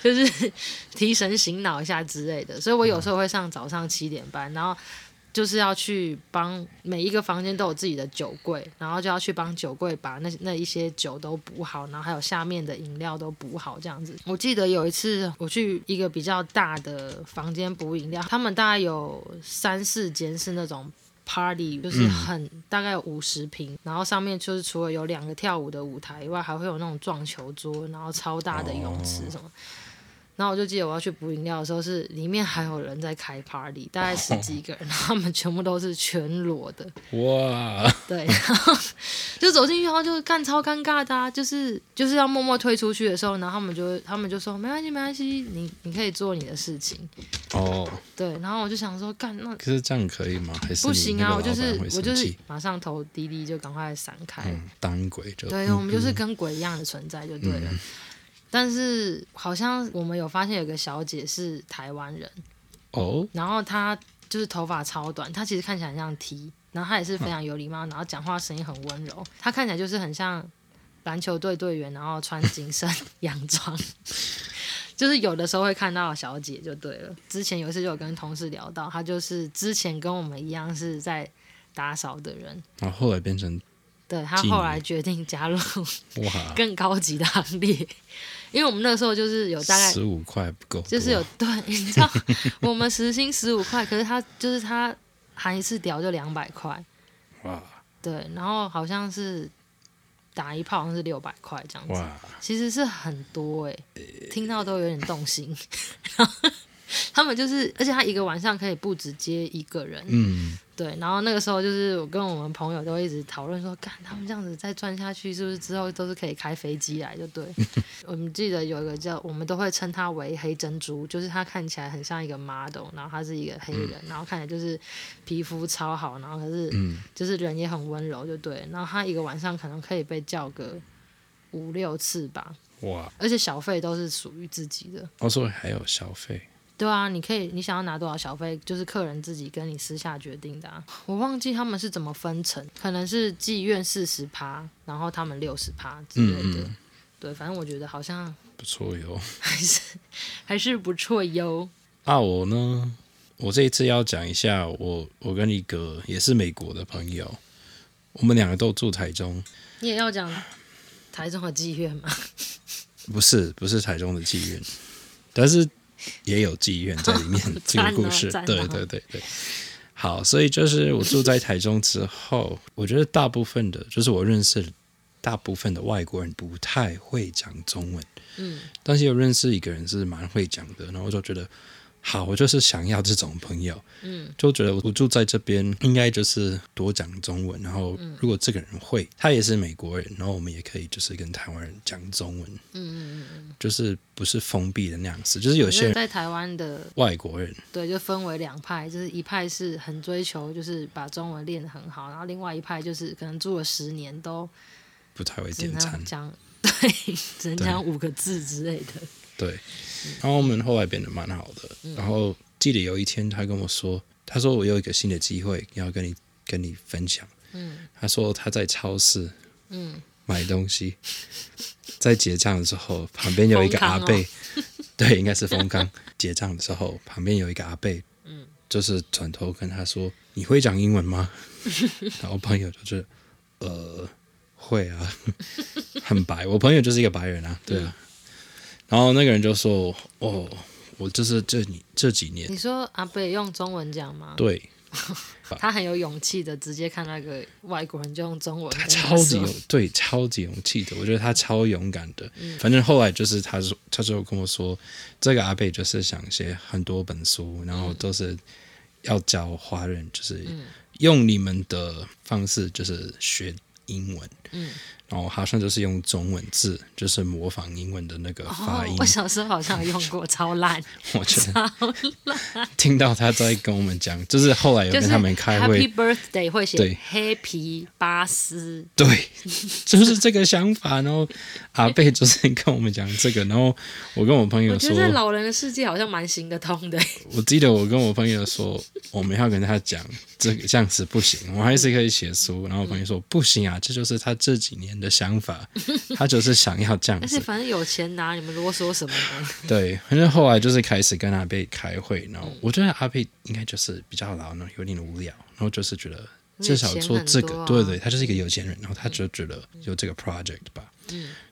S2: 就是 提神醒脑一下之类的。所以我有时候会上早上七点半，然后就是要去帮每一个房间都有自己的酒柜，然后就要去帮酒柜把那那一些酒都补好，然后还有下面的饮料都补好这样子。我记得有一次我去一个比较大的房间补饮料，他们大概有三四间是那种。party 就是很、大概有五十平，然后上面就是除了有两个跳舞的舞台以外，还会有那种撞球桌，然后超大的泳池什么。然后我就记得我要去补饮料的时候，是里面还有人在开 party，大概十几个人，然后他们全部都是全裸的，
S1: 哇，
S2: 对， 然后就走进去，然后就干超尴尬的、啊，就是就是要默默推出去的时候，然后他们就他们就说没关系没关系，你你可以做你的事情，
S1: 哦，
S2: 对，然后我就想说干那
S1: 可是这样可以吗？还是
S2: 不
S1: 你
S2: 行
S1: 那
S2: 啊，
S1: 个
S2: 我就
S1: 老板
S2: 是
S1: 会
S2: 我
S1: 生
S2: 就是
S1: 气
S2: 马上投滴滴就赶快闪开，
S1: 嗯，当鬼就
S2: 对，我们就是跟鬼一样的存在就对了。
S1: 嗯
S2: 但是好像我们有发现有个小姐是台湾人，
S1: 哦，
S2: 然后她就是头发超短，她其实看起来很像 T，然后她也是非常有礼貌，然后讲话声音很温柔，她看起来就是很像篮球队队员，然后穿紧身 洋装。就是有的时候会看到小姐就对了。之前有一次就有跟同事聊到，她就是之前跟我们一样是在打扫的人，
S1: 然后后来变成
S2: 对她
S1: 妓
S2: 后
S1: 女
S2: 来决定加入
S1: 哇，
S2: 更高级的行列，因为我们那时候就是有 大概
S1: 十五块不够多，
S2: 就是有对， 你知道我们时薪十五块，可是他就是他含一次屌就两百块，
S1: 哇
S2: 对，然后好像是打一炮好像是六百块这样子，
S1: 哇，
S2: 其实是很多哎、听到都有点动心。 然后他们就是，而且他一个晚上可以不只接一个人，
S1: 嗯，
S2: 对，然后那个时候就是我跟我们朋友都一直讨论说，干他们这样子再转下去，是不是之后都是可以开飞机来？就对，我们记得有一个叫，我们都会称他为黑珍珠，就是他看起来很像一个 model，然后他是一个黑人，然后看起来就是皮肤超好，然后可是就是人也很温柔，就对。然后他一个晚上可能可以被叫个五六次吧，
S1: 嗯哇，
S2: 而且小费都是属于自己的。
S1: 哦，所以还有小费，
S2: 对啊，你可以，你想要拿多少小费，就是客人自己跟你私下决定的、啊。我忘记他们是怎么分成，可能是妓院四十趴，然后他们六十趴之类的。
S1: 嗯嗯
S2: 对，反正我觉得好像
S1: 不错哟。
S2: 还是还是不错哟。
S1: 啊，我呢，我这一次要讲一下，我我跟一个也是美国的朋友，我们两个都住台中，
S2: 你也要讲台中的妓院嘛？
S1: 不是不是台中的妓院，但是也有妓院在里 面。这个故事
S2: 赞，哦赞
S1: 对
S2: 哦
S1: 对对对。好，所以就是我住在台中之后，我觉得大部分的，就是我认识大部分的外国人不太会讲中文，
S2: 嗯，
S1: 但是有认识一个人是蛮会讲的，然后我就觉得，好，我就是想要这种朋友，
S2: 嗯，
S1: 就觉得我住在这边应该就是多讲中文，然后如果这个人会，他也是美国人，然后我们也可以就是跟台湾人讲中文，
S2: 嗯嗯嗯，
S1: 就是不是封闭的那样子，就是有些
S2: 因为
S1: 人
S2: 在台湾的
S1: 外国人，
S2: 对，就分为两派，就是一派是很追求，就是把中文练得很好，然后另外一派就是可能住了十年都
S1: 不太会
S2: 只
S1: 点餐
S2: 能，讲 对，只能讲五个字之类的。
S1: 对。然后我们后来变得蛮好
S2: 嗯
S1: 的，然后记得有一天他跟我说，他说我有一个新的机会要跟你跟你分享，
S2: 嗯
S1: 他说他在超市
S2: 嗯，
S1: 买东西， 在结账的时候，旁边有一个
S2: 哦
S1: 阿贝， 对，应该是风刚。结账的时候，旁边有一个阿贝，
S2: 嗯，
S1: 就是转头跟他说：“你会讲英文吗？” 然后朋友就是，呃，会啊， 很白。我朋友就是一个白人啊，对啊。然后那个人就说：“哦，我就是这你这几年
S2: 你说阿贝用中文讲吗？
S1: 对
S2: 他很有勇气的，直接看到一个外国人就用中文跟
S1: 他
S2: 他
S1: 超级
S2: 说
S1: 勇，对，超级勇气的。我觉得他超勇敢的。
S2: 嗯
S1: 反正后来就是他说，他就跟我说，这个阿贝就是想写很多本书，然后都是要教华人，就是
S2: 嗯
S1: 用你们的方式，就是学英文。
S2: 嗯，
S1: 然后好像就是用中文字，就是模仿英文的那个
S2: 哦
S1: 发音。，
S2: 我小时候好像有用过，超烂，
S1: 我觉得听到他在跟我们讲，就是后来有
S2: 就
S1: 跟
S2: 是
S1: 他们开会，
S2: Happy Birthday 会写
S1: 对
S2: 黑皮巴斯，
S1: 对，就是这个想法。然后阿贝就是跟我们讲这个，然后我跟我朋友
S2: 我觉
S1: 说，
S2: 得老人的世界好像蛮行得通的。
S1: 我记得我跟我朋友说，我们要跟他讲这个这样子不行，我还是可以写书。然后我朋友说不行啊，这就是他这几年的想法，他就是想要这样
S2: 但是
S1: 子。
S2: 反正有钱拿，你们啰嗦什么呢？
S1: 对，反正后来就是开始跟阿贝开会，然后
S2: 嗯
S1: 我觉得阿贝应该就是比较老，然后有点无聊，然后就是觉得。
S2: 因为
S1: 至少
S2: 钱
S1: 做
S2: 很
S1: 这个，
S2: 多
S1: 对
S2: 啊嗯
S1: 对，他就是一个有钱人，然后他就觉得有这个 project 吧，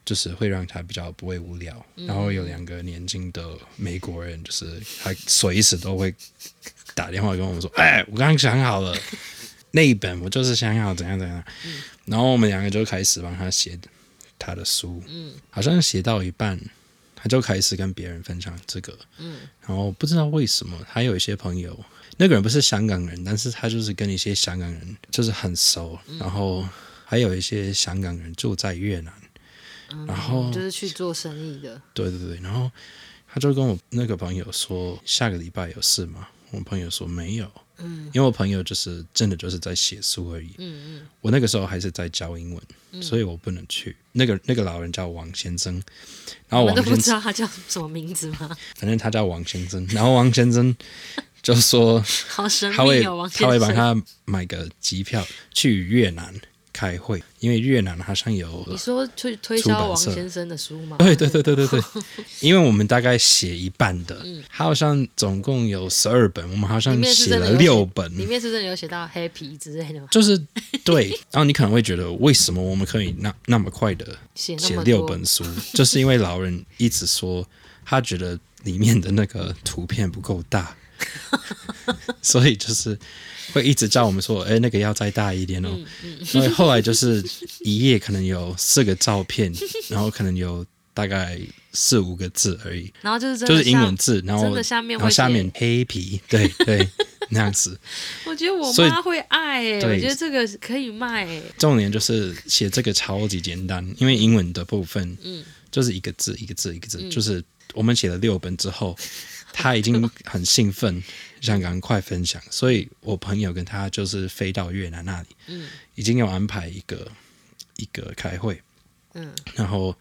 S1: 就是会让他比较不会无聊。
S2: 嗯
S1: 然后有两个年轻的美国人，就是他随时都会打电话跟我们说：“哎，我刚刚想好 了，那一本我就是想好怎样怎样。
S2: 嗯嗯
S1: 然后我们两个就开始帮他写他的书，好像写到一半，他他就开始跟别人分享这个，嗯，然后不知道为什么，还有一些朋友，那个人不是香港人，但是他就是跟一些香港人就是很熟，
S2: 嗯
S1: 然后还有一些香港人住在越南，然后
S2: 嗯就是去做生意的，
S1: 对对对，然后他就跟我那个朋友说，下个礼拜有事吗？我朋友说没有，嗯，因为我朋友就是真的就是在写书而已，
S2: 嗯嗯，
S1: 我那个时候还是在教英文，所以我不能去。那个那个老人叫王先生，然后
S2: 我们
S1: 王
S2: 都不
S1: 先
S2: 知
S1: 生，
S2: 道他叫什么名字吗？
S1: 反正他叫王先生，然后王先生就 说
S2: 好神
S1: 他会
S2: 秘哦，王先
S1: 他会帮
S2: 生。
S1: 他买个机票去越南开会，因为越南好像有
S2: 你说去推
S1: 出版
S2: 销王
S1: 社
S2: 先生的书吗？
S1: 对对对对对对，因为我们大概写一半的，他好像总共有十二本，我们好
S2: 嗯里
S1: 像
S2: 面是
S1: 写
S2: 真的
S1: 了
S2: 有写
S1: 六本，
S2: 里面是真的有写到 happy 之类的吗？
S1: 就是对。然后你可能会觉得，为什么我们可以那那么快的
S2: 写那
S1: 写
S2: 么多
S1: 六本书？就是因为老人一直说，他觉得里面的那个图片不够 大，所以就是会一直叫我们说，哎，那个要再大一点哦。
S2: 嗯
S1: 所以后来就是一页可能有四个照片，然后可能有大概四五个字而已。
S2: 然后就是真
S1: 就
S2: 的
S1: 是英文
S2: 像，
S1: 字，然后
S2: 真的下面
S1: 然后
S2: 会
S1: 下
S2: 写
S1: 面黑皮，对对，那样子。
S2: 我觉得我
S1: 所以
S2: 妈会爱、欸，
S1: 对
S2: 我觉得这个可以卖、欸。
S1: 重点就是写这个超级简单，因为英文的部分，嗯，就是一个字一个字一个字，就是我们写了六本之 后，他已经很兴奋，想赶快分享，所以我朋友跟他就是飞到越南那里，嗯，已经有安排一个一个开会，
S2: 嗯，
S1: 然后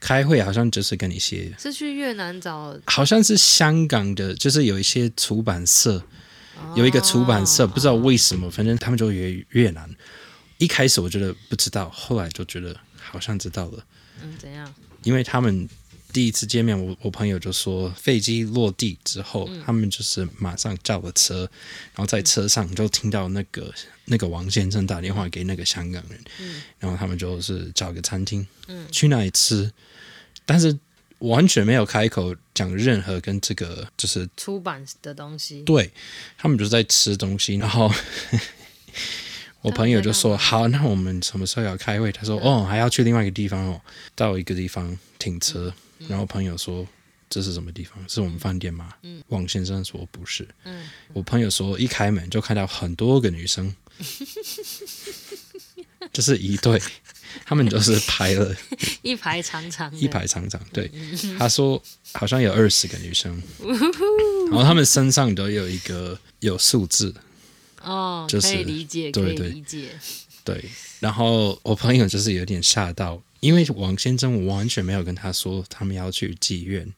S1: 开会好像就是跟一些
S2: 是去越南找
S1: 好像是香港的，就是有一些出版社，有一个出版社，不知道为什么，反正他们就越越南。一开始我觉得不知道，后来就觉得好像知道了，
S2: 嗯怎样？
S1: 因为他们第一次见面，我我朋友就说飞机落地之后，他们就是马上叫了车，然后在车上就听到那个那个王先生打电话给那个香港人，然后他们就是找个餐厅，去那里吃，但是完全没有开口讲任何跟这个就是
S2: 出版的东西，
S1: 对他们就在吃东西，然 后我朋友就说：“好，那我们什么时候要开会？”他说：“哦，还要去另外一个地方哦，到一个地方停车。”然后朋友说：“这是什么地方？是我们饭店吗？”王先生说：“不是。”我朋友说：“一开门就看到很多个女 生，就是一对，他们就是排了
S2: 一排长长的，
S1: 一排长长，对，他说好像有二十个女生，然后他们身上都有一个有数字，
S2: 哦，
S1: 就是
S2: 可以理解，
S1: 对
S2: 可以
S1: 对
S2: 理解。
S1: 对，然后我朋友就是有点吓到，因为王先生我完全没有跟他说他们要去妓 院，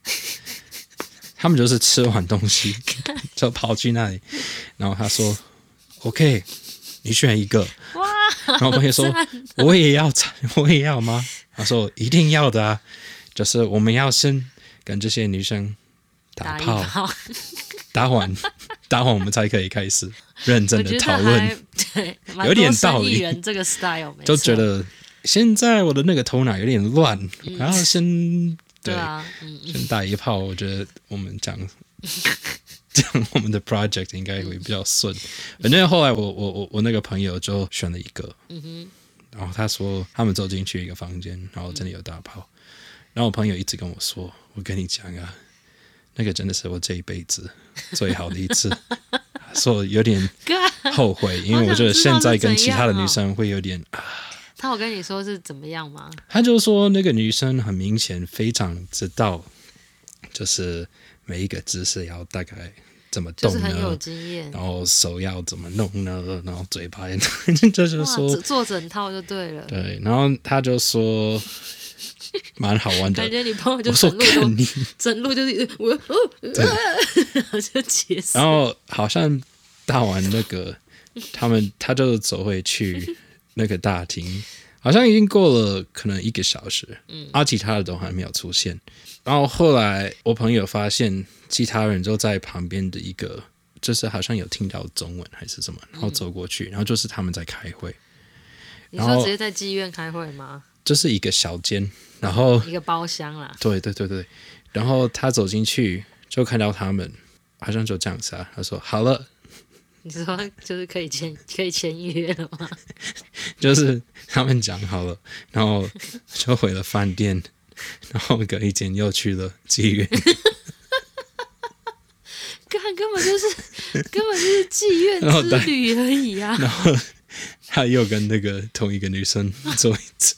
S1: 他们就是吃完东西就跑去那里，然后他说 OK，你选一个，然后我朋友说我也要参，我也要吗？他说一定要的啊，就是我们要先跟这些女生打
S2: 打一
S1: 炮，
S2: 炮，
S1: 打完打完我们才可以开始认
S2: 我
S1: 真
S2: 觉
S1: 的
S2: 得
S1: 讨论
S2: 还。 对，蛮
S1: 有点
S2: 多生
S1: 道
S2: 意
S1: 理
S2: 人这个 style 没
S1: 就
S2: 错
S1: 觉得现在我的那个头脑有点乱，然后先
S2: 对
S1: 对
S2: 啊，嗯，
S1: 先打一炮，我觉得我们讲讲我们的 project 应该会比较顺。反正后来我我我我那个朋友就选了一个，嗯哼，然后他说他们走进去一个房间，然后真的有打炮，然后我朋友一直跟我说，我跟你讲啊。那个真的是我这一辈子最好的一次，所以有点
S2: 哥，
S1: 后悔，因为我觉得现在跟其他的女生会有点
S2: 他有跟你说是怎么样吗？
S1: 他就说那个女生很明显非常知道，就是每一个姿势要大概怎么
S2: 就
S1: 动
S2: 是很有
S1: 呢，
S2: 经验，
S1: 然后手要怎么弄呢，然后嘴巴也，就是
S2: 哇，
S1: 说
S2: 做做整套就对了。
S1: 对，然后他就说蛮好玩
S2: 感
S1: 的。
S2: 觉你朋友就
S1: 我说
S2: 整路都
S1: 看你，
S2: 整路就是我哦，呃 就结束
S1: 然。后好像打完那个，他们他就走回去那个大厅，好像已经过了可能一个小时，嗯，啊，其他的都还没有出现。然后后来我朋友发现其他人都在旁边的一个，就是好像有听到中文还是什么，然后走过去，然后就是他们在开会，
S2: 你
S1: 然后
S2: 说直接在妓院开会吗？
S1: 就是一个小间，然后
S2: 一个包厢啦，
S1: 对对对对，然后他走进去就看到他们，好像就这样子啊，他说好了。
S2: 你说就是可以签可以签约了吗？
S1: 就是他们讲好了，然后就回了饭店，然后隔一天又去了妓院，
S2: 干根本就是根本就是妓院
S1: 然后
S2: 之
S1: 带
S2: 旅而已啊，
S1: 然后他又跟那个同一个女生做一次，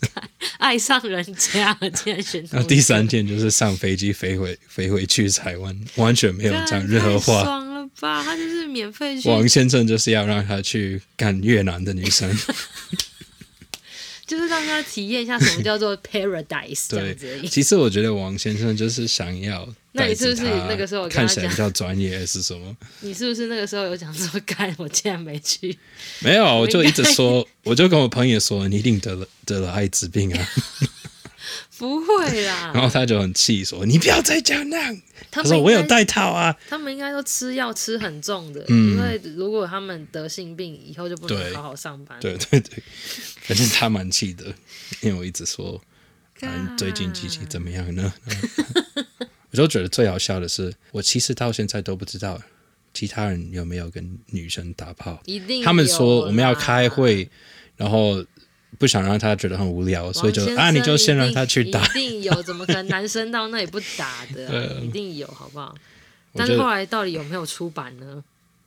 S2: 爱上人家，竟然选
S1: 然后第三天就是上飞机飞回飞回去台湾，完全没有
S2: 干
S1: 讲任何
S2: 太
S1: 话。
S2: 爽了吧？他就是免费去，
S1: 王先生就是要让他去干越南的女生，
S2: 就是让他体验一下什么叫做 paradise 这
S1: 对
S2: 样子而已。。
S1: 其实我觉得王先生就是想要
S2: 那你
S1: 带着
S2: 是不是
S1: 他
S2: 那个时候有跟
S1: 看
S2: 他
S1: 起来
S2: 讲
S1: 比较专业还是什么？
S2: 你是不是那个时候有讲说，干我竟然没去？
S1: 没有，啊我就一直
S2: 应该
S1: 说，我就跟我朋友说，你一定得了得了艾滋病啊。
S2: 不会啦，
S1: 然后他就很气说：“你不要再讲那样。”他
S2: 他们
S1: 说：“
S2: 应
S1: 我有
S2: 该
S1: 戴套啊。
S2: 他们应该都吃药吃很重的，因为如果他们得性病以后就不能
S1: 嗯对
S2: 好好上班”。
S1: 对对对，可是他蛮气的，因为我一直说：“
S2: 干，
S1: 嗯，最近机
S2: 啊
S1: 器怎么样呢？” 我就觉得最好笑的是，我其实到现在都不知道其他人有没有跟女生打炮。
S2: 一定
S1: 他们说
S2: 有啦
S1: 我们要开，会，然后不想让他觉得很无聊，所以就
S2: 王先生
S1: 啊，你就先让
S2: 一定
S1: 他去打
S2: 一。定有，怎么可能男生到那里不打的啊、
S1: 对啊
S2: 一定有，好不好？
S1: 我
S2: 但
S1: 就是
S2: 后来到底有没有出版呢？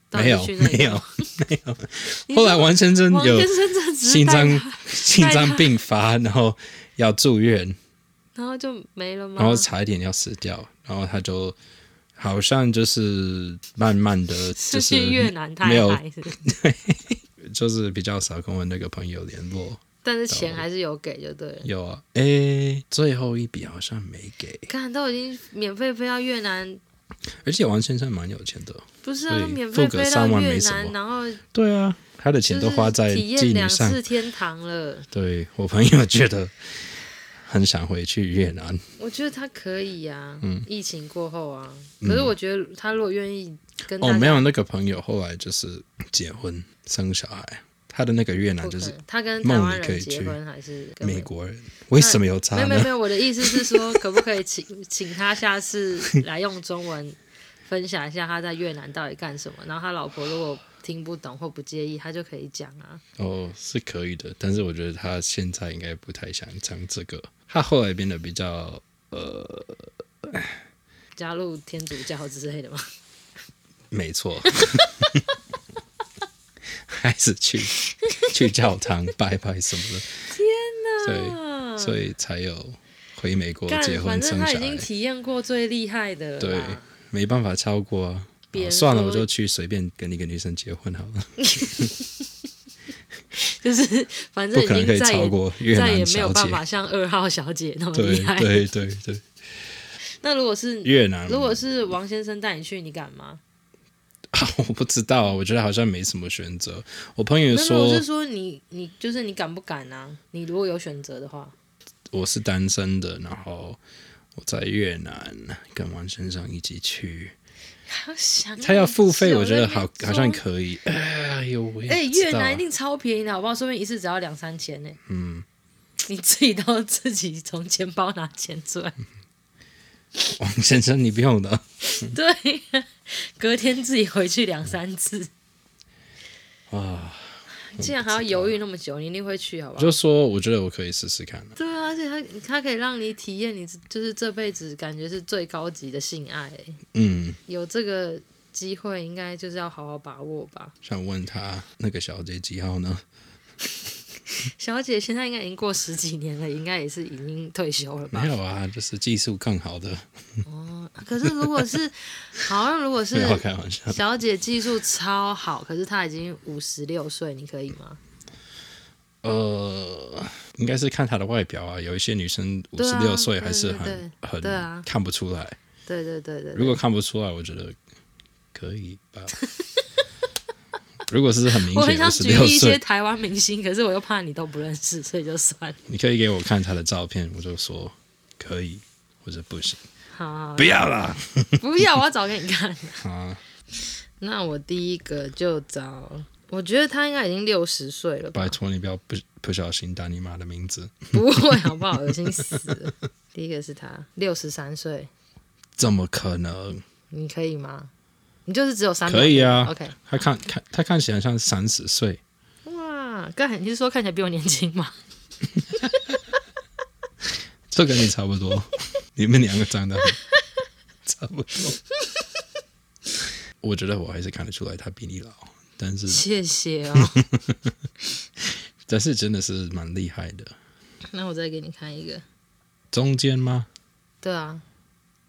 S2: 到底
S1: 没有
S2: 去那里
S1: 没有没有，后来王先生
S2: 王
S1: 有
S2: 先生这只是
S1: 心
S2: 带
S1: 脏
S2: 他，嗯
S1: 心脏病发，然后要住院，
S2: 然后就没了吗？
S1: 然后差一点要死掉，然后他就好像就是慢慢的，就是
S2: 去越南太
S1: 没有，
S2: 嗨是不是
S1: 就是比较少跟我那个朋友联络。
S2: 但是钱还是有给就对了。
S1: 有啊，诶，最后一笔好像没给，
S2: 看都已经免费飞到越南，
S1: 而且王先生蛮有钱的。
S2: 不是
S1: 所
S2: 啊，
S1: 以
S2: 免费
S1: 付个
S2: 飞到
S1: 3万
S2: 越
S1: 没什
S2: 南，
S1: 么
S2: 然后
S1: 对啊，他的钱
S2: 就
S1: 都花在
S2: 是体验
S1: 妓女
S2: 两
S1: 上。
S2: 次天堂了。
S1: 对我朋友觉得很想回去越 南，
S2: 我觉得他可以啊，
S1: 嗯
S2: 疫情过后啊，可是我觉得他如果愿意跟大
S1: 哦，
S2: 家
S1: 没有那个朋友后来就是结婚生小孩，他的那个越南
S2: 不
S1: 就
S2: 可
S1: 是
S2: 能他跟
S1: 梦
S2: 台
S1: 里
S2: 湾
S1: 可
S2: 人
S1: 以
S2: 结
S1: 去
S2: 婚还是跟
S1: 美？国人，为什么有差
S2: 没有没有
S1: 呢
S2: 没？有，我的意思是说，可不可以请请他下次来用中文分享一下他在越南到底干什么？然后他老婆如果听不懂或不介意，他就可以讲啊。
S1: 哦，是可以的，但是我觉得他现在应该不太想讲这个，他后来变得比较
S2: 加入天主教之类的嘛，
S1: 没 错，还是去去教堂拜拜什么的，天对，
S2: 啊
S1: 所以才有回美国
S2: 干，
S1: 结婚
S2: 反正
S1: 生
S2: 他
S1: 小
S2: 已经
S1: 孩，
S2: 体验过最厉害的了
S1: 对
S2: 啦，
S1: 没办法超过啊。
S2: 别人
S1: 哦算了，
S2: 说
S1: 我就去随便跟一个女生结婚好了，
S2: 就是反
S1: 不
S2: 正已
S1: 可能可
S2: 经
S1: 以
S2: 再
S1: 超
S2: 也
S1: 过越
S2: 再也
S1: 南
S2: 没有
S1: 小
S2: 办
S1: 姐。
S2: 法像二号小姐那么
S1: 对
S2: 厉害。
S1: 对对对，
S2: 那如果是
S1: 越南
S2: 如果是王先生带你去，你敢吗？
S1: 啊， 我不知道啊，我觉得好像没什么选择。我朋友
S2: 没有，我
S1: 说
S2: 是说你你就是你敢不敢啊？你如果有选择的话，
S1: 我是单身的，然后我在越南跟王先生一起去，
S2: 他想
S1: 他要付费，
S2: 嗯是哦啊
S1: 我觉得好
S2: 在那边
S1: 好像
S2: 说
S1: 可以。哎呦，我也
S2: 哎、
S1: 不知
S2: 越
S1: 道啊
S2: 南一定超便宜的，好不好？说不定一次只要两三千呢、嗯， 你自己都自己从钱包拿钱出来，
S1: 王先生你不用的，嗯
S2: 对，啊隔天自己回去两三次。
S1: 哇！
S2: 既然还要犹豫那么久，你一定会去，好不
S1: 我
S2: 好
S1: 就？说我觉得我可以试试看啊
S2: 对啊，而且它它可以让你体验你就是这辈子感觉是最高级的性爱、欸
S1: 嗯，
S2: 有这个机会应该就是要好好把握吧。
S1: 想问他那个小姐几号呢？
S2: 小姐现在应该已经过十几年了，应该也是已经退休了吧
S1: 没？有啊，就是技术更好 的，
S2: 可是如果是好像如果
S1: 不
S2: 是
S1: 要啊开玩笑。
S2: 小姐技术超好，可是她已经五十六岁，你可以吗？
S1: 呃，应该是看她的外表啊，有一些女生五
S2: 对
S1: 十
S2: 啊
S1: 六岁还是
S2: 对对
S1: 很
S2: 对
S1: 很
S2: 对啊
S1: 看不出来。
S2: 对对对对
S1: 如
S2: 对，
S1: 果看不出来，我觉得可以吧。 如果是很明
S2: 我很
S1: 显
S2: 想
S1: 的十
S2: 举例
S1: 六
S2: 一些
S1: 岁，
S2: 台湾明星，可是我又怕你都不认识，所以就算了。
S1: 你可以给我看他的照片，我就说可以或者不行，
S2: 好好，好
S1: 不要啦
S2: 不要，我要找给你看。
S1: 啊！
S2: 那我第一个就找，我觉得他应该已经六十岁了吧
S1: 拜？托你不要不不小心打你妈的名字，
S2: 不会，好不好？恶心死了。第一个是他，六十三岁，
S1: 怎么可能？
S2: 你可以吗？你就是只有三秒
S1: 可以啊
S2: ，OK。
S1: 他看看他看起来像三十岁，
S2: 哇，刚才你是说看起来比我年轻吗？
S1: 这跟你差不多， 你们两个长得很差不多。我觉得我还是看得出来他比你老，但是
S2: 谢谢哦。
S1: 但是真的是蛮厉害的。
S2: 那我再给你看一个。
S1: 中间吗？
S2: 对啊，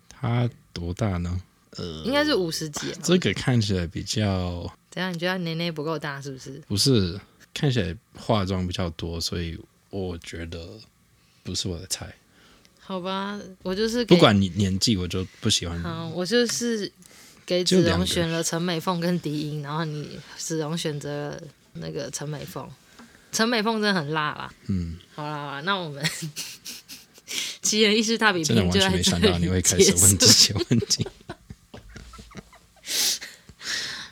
S1: 他多大呢？
S2: 应该是五十几啊。
S1: 这个看起来比较
S2: 怎样？你觉得他年龄不够大是不是？
S1: 不是，看起来化妆比较多，所以我觉得不是我的菜。
S2: 好吧，我就是给
S1: 不管你年纪，我就不喜欢你。
S2: 好，嗯我就是给
S1: 就
S2: 子
S1: 两
S2: 荣
S1: 个
S2: 选了陈美凤跟迪英，然后你子荣选择了那个陈美凤，陈美凤真的很辣啦。
S1: 嗯，
S2: 好啦，好啦那我们 奇人异事大比
S1: 真的
S2: 拼
S1: 完
S2: 就在
S1: 全没
S2: 这
S1: 想到你
S2: 里
S1: 会开
S2: 结
S1: 始问
S2: 束
S1: 这。些问 题。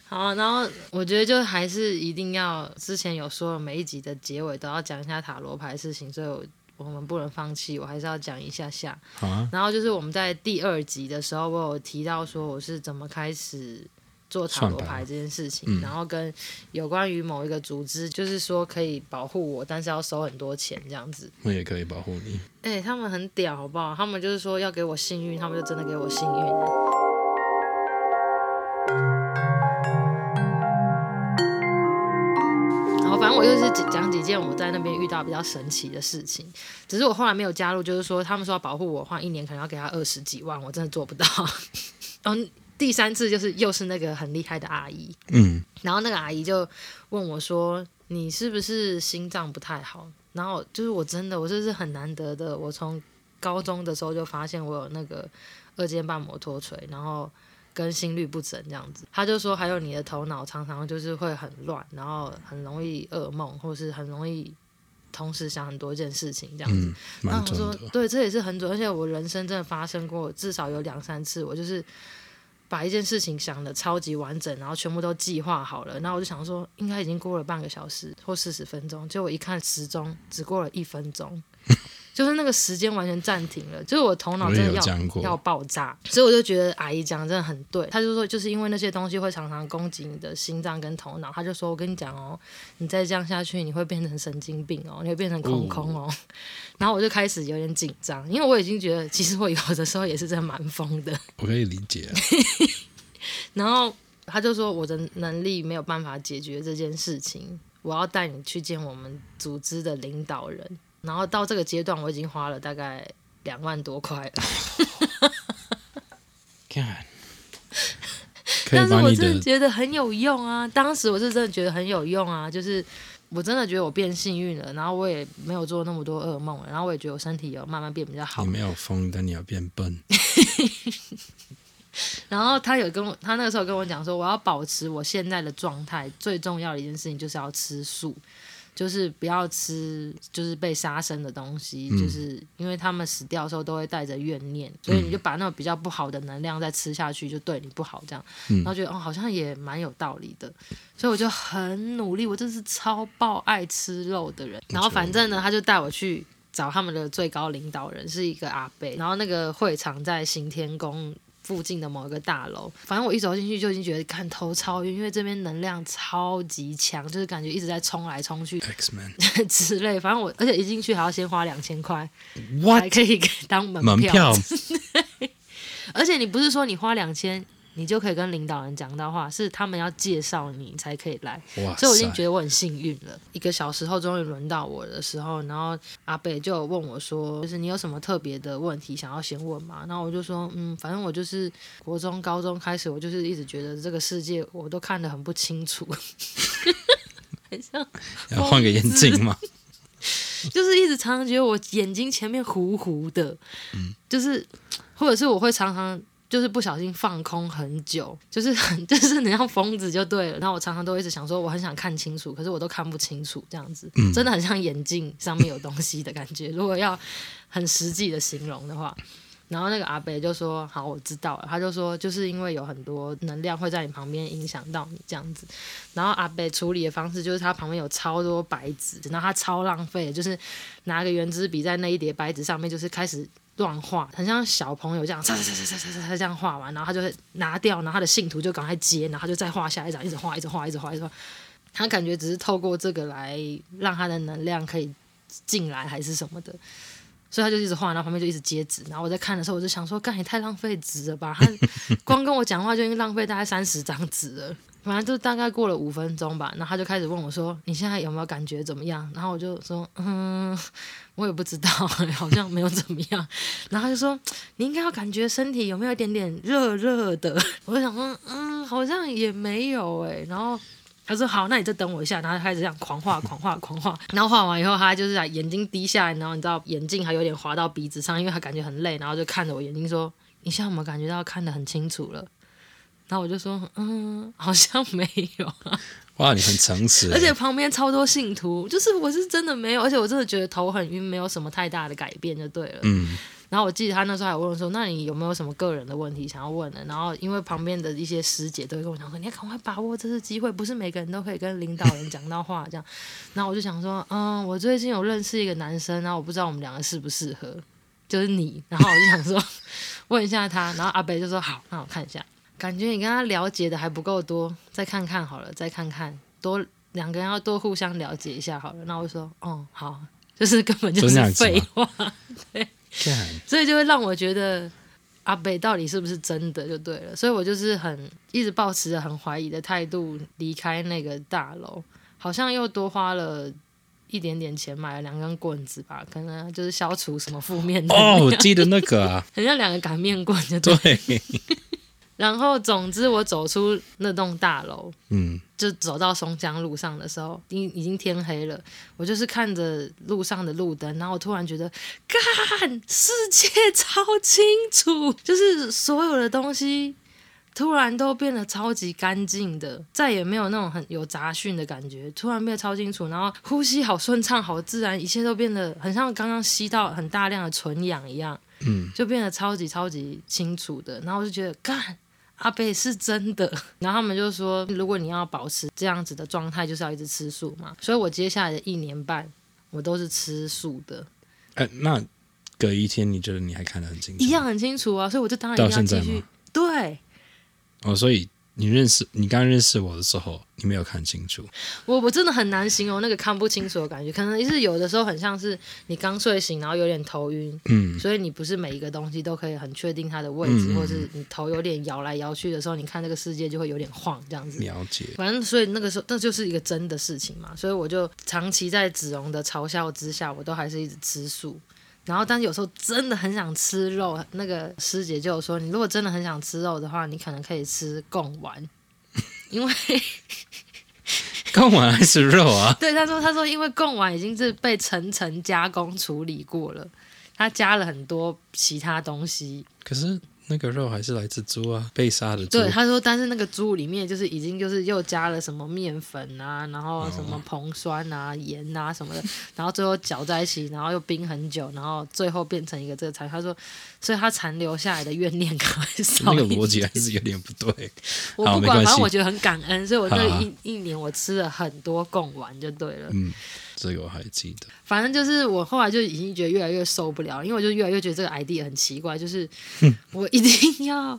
S2: 好啊，然后我觉得就还是一定要之前有说每一集的结尾都要讲一下塔罗牌的事情，所以我我们不能放弃，我还是要讲一下下。
S1: 好啊，
S2: 然后就是我们在第二集的时候，我有提到说我是怎么开始做塔罗
S1: 算牌嗯
S2: 牌这件事情，然后跟有关于某一个组织，就是说可以保护我，但是要收很多钱这样子。
S1: 我也可以保护你。
S2: 哎、他们很屌，好不好？他们就是说要给我幸运，他们就真的给我幸运。然后反正我就是几讲几件我在那边遇到比较神奇的事情，只是我后来没有加入，就是说他们说要保护我的话，一年可能要给他二十几万，我真的做不到。 然后第三次就是又是那个很厉害的阿姨，
S1: 嗯，
S2: 然后那个阿姨就问我说：“你是不是心脏不太好？”然后就是我真的，我这是很难得的，我从高中的时候就发现我有那个二尖瓣膜脱垂，然后跟心律不整这样子。他就说，还有你的头脑常常就是会很乱，然后很容易噩梦，或是很容易同时想很多件事情这样子。然
S1: 嗯蛮
S2: 啊后我
S1: 准
S2: 说
S1: 的。，
S2: 对，这也是很准，而且我人生真的发生过至少有两三次，我就是把一件事情想的超级完整，然后全部都计划好了，然后我就想说，应该已经过了半个小时或四十分钟，结果一看时钟，只过了一分 钟。就是那个时间完全暂停了，就是我头脑
S1: 我
S2: 真
S1: 也
S2: 的
S1: 有
S2: 要
S1: 讲过
S2: 要爆炸，所以我就觉得阿姨讲得真的很对。她就说，就是因为那些东西会常常攻击你的心脏跟头脑。她就说，我跟你讲哦，你再这样下去，你会变成神经病哦，你会变成
S1: 嗯
S2: 空空哦。 然后我就开始有点紧张，因为我已经觉得，其实我有的时候也是真的蛮疯的。
S1: 我可以理解、啊。
S2: 然后他就说我的能力没有办法解决这件事情，我要带你去见我们组织的领导人。然后到这个阶段，我已经花了大概两万多块了，
S1: 看，可
S2: 但
S1: 以
S2: 是
S1: 把
S2: 我
S1: 你
S2: 真的
S1: 的
S2: 觉得很有用啊！当时我是真的觉得很有用啊，就是我真的觉得我变幸运了，然后我也没有做那么多噩梦了，然后我也觉得我身体有慢慢变比较好
S1: 你。没有疯，但你要变笨。
S2: 然后他有跟我，他那个时候跟我讲说，我要保持我现在的状态，最重要的一件事情就是要吃素，就是不要吃就是被杀生的东西，就是因为他们死掉的时候都会带着怨念，所以你就把那种比较不好的能量再吃下去，就对你不好这样。然后觉得哦，好像也蛮有道理的，所以我就很努力，我真是超爆爱吃肉的人。然后反正呢，他就带我去。找他们的最高领导人是一个阿贝，然后那个会场在行天宫附近的某一个大楼。反正我一走进去就已经觉得看头超晕，因为这边能量超级强，就是感觉一直在冲来冲去
S1: X Man
S2: 之类。反正我而且一进去还要先花两千块，
S1: What
S2: 还可以当门
S1: 门 票，
S2: 而且你不是说你花两千。你就可以跟领导人讲到话，是他们要介绍你才可以来，
S1: 哇
S2: 所以我已经觉
S1: 塞！
S2: 得我很幸运了。一个小时后终于轮到我的时候，然后阿北就有问我说，就是你有什么特别的问题想要先问吗？然后我就说，嗯，反正我就是国中、高中开始，我就是一直觉得这个世界我都看得很不清楚，
S1: 要换个眼镜嘛。
S2: 就是一直常常觉得我眼睛前面糊糊的，就是或者是我会常常就是不小心放空很久，就是很 就是很像疯子就对了。然后我常常都一直想说我很想看清楚，可是我都看不清楚，这样子、真的很像眼镜上面有东西的感觉。如果要很实际的形容的话。然后那个阿北就说：“好，我知道了。”他就说：“就是因为有很多能量会在你旁边影响到你这样子。”然后阿北处理的方式就是他旁边有超多白纸，然后他超浪费的，就是拿个圆珠笔在那一叠白纸上面，就是开始乱画，很像小朋友这样，擦擦擦擦擦擦擦这样画完，然后他就会拿掉，然后他的信徒就赶快接，然后他就再画下一张，一直画，一直画，一直画，一直画。他感觉只是透过这个来让他的能量可以进来，还是什么的。所以他就一直画，然后旁边就一直接纸，然后我在看的时候，我就想说，干也太浪费纸了吧！他 光跟我讲话就已经浪费大概三十张纸了。反正就大概过了五分钟吧，然后他就开始问我说：“你现在有没有感觉怎么样？”然后我就说：“嗯，我也不知道、哎好像没有怎么样。” 然后他就说：“你应该要感觉身体有没有一点点热热的？” 我就想说：“嗯，好像也没有哎、然后他说：“好，那你再等我一下。”然后他开始这样狂画、狂画、狂画。 然后画完以后，他就是把眼睛低下来，然后你知道眼镜还有点滑到鼻子上，因为他感觉很累，然后就看着我眼睛说：“你现在有没有感觉到看得很清楚了？”然后我就说：“嗯，好像没有。”啊
S1: 哇，你很诚实欸，
S2: 而且旁边超多信徒，就是我是真的没有，而且我真的觉得头很晕，没有什么太大的改变就对了。
S1: 嗯，
S2: 然后我记得他那时候还问我说：“那你有没有什么个人的问题想要问的？”然后因为旁边的一些师姐都会跟我讲说：“你要赶快把握这次机会，不是每个人都可以跟领导人讲到话这样。” 然后我就想说：“嗯，我最近有认识一个男生，然后我不知道我们两个适不适合，就是你。”然后我就想说 问一下他，然后阿北就说：“好，那我看一下。”感觉你跟他了解的还不够多，再看看好了，再看看，多两个人要多互相了解一下好了。那我就说，哦，好， 就是根本就
S1: 就那
S2: 是
S1: 样子吗啊
S2: 废话，
S1: 干
S2: 所以就会让我觉得阿北到底是不是真的就对了。所以我就是很一直保持着很怀疑的态度离开那个大楼，好像又多花了。一点点钱买了两根棍子吧，可能就是消除什么负面的，
S1: 哦，我记得那个啊，
S2: 很像两个擀面棍就对。
S1: 对，
S2: 然后总之我走出那栋大楼，
S1: 嗯，
S2: 就走到松江路上的时候，已已经天黑了。我就是看着路上的路灯，然后我突然觉得，干，世界超清楚， 就是所有的东西突然都变得超级干净的，再也没有那种很有杂讯的感觉，突然变得超清楚，然后呼吸好顺畅、好自然，一切都变得很像刚刚吸到很大量的纯氧一样，嗯，就变得超级超级清楚的。然后我就觉得，干。阿贝是真的。然后他们就说，如果你要保持这样子的状态，就是要一直吃素嘛。所以我接下来的一年半，我都是吃素的，
S1: 哎，那隔一天你觉得你还看得很清楚？
S2: 一样很清楚啊。所以我就当然
S1: 到
S2: 一定要
S1: 现在
S2: 继续
S1: 吗。
S2: 对，
S1: 哦，所以你认识你刚认识我的时候，你没有看清楚，
S2: 我我真的很难形容那个看不清楚的感觉，可能是有的时候很像是你刚睡醒，然后有点头晕，
S1: 嗯，
S2: 所以你不是每一个东西都可以很确定它的位
S1: 嗯
S2: 置，
S1: 嗯嗯
S2: 或是你头有点摇来摇去的时候，你看这个世界就会有点晃这样子。
S1: 了解，
S2: 反正所以那个时候，那就是一个真的事情嘛，所以我就长期在子荣的嘲笑之下，我都还是一直吃素。然后，但是有时候真的很想吃肉，那个师姐就有说，你如果真的很想吃肉的话，你可能可以吃贡丸， 因为，
S1: 跟我还是肉啊
S2: 对她说，她说因为贡丸已经是被层层加工处理过了，它加了很多其他东西，
S1: 可是那个肉还是来自猪啊，被杀的猪，
S2: 对，他说，但是那个猪里面就是已经就是又加了什么面粉啊，然后什么硼酸啊、盐啊什 么的，然后最后搅在一起，然后又冰很久，然后最后变成一个这个产品。他说，所以他残留下来的怨念可能会
S1: 那
S2: 少
S1: 个
S2: 一
S1: 逻
S2: 点。
S1: 辑还是有点不对。
S2: 我
S1: 好
S2: 不
S1: 没
S2: 管，
S1: 关
S2: 反正
S1: 系
S2: 我觉得很感恩，所以我那
S1: 好
S2: 一
S1: 好
S2: 一年我吃了很多贡丸就对了。
S1: 嗯，这个我还记得。
S2: 反正就是我后来就已经觉得越来越受不了，因为我就越来越觉得这个 idea 很奇怪，就是我一定要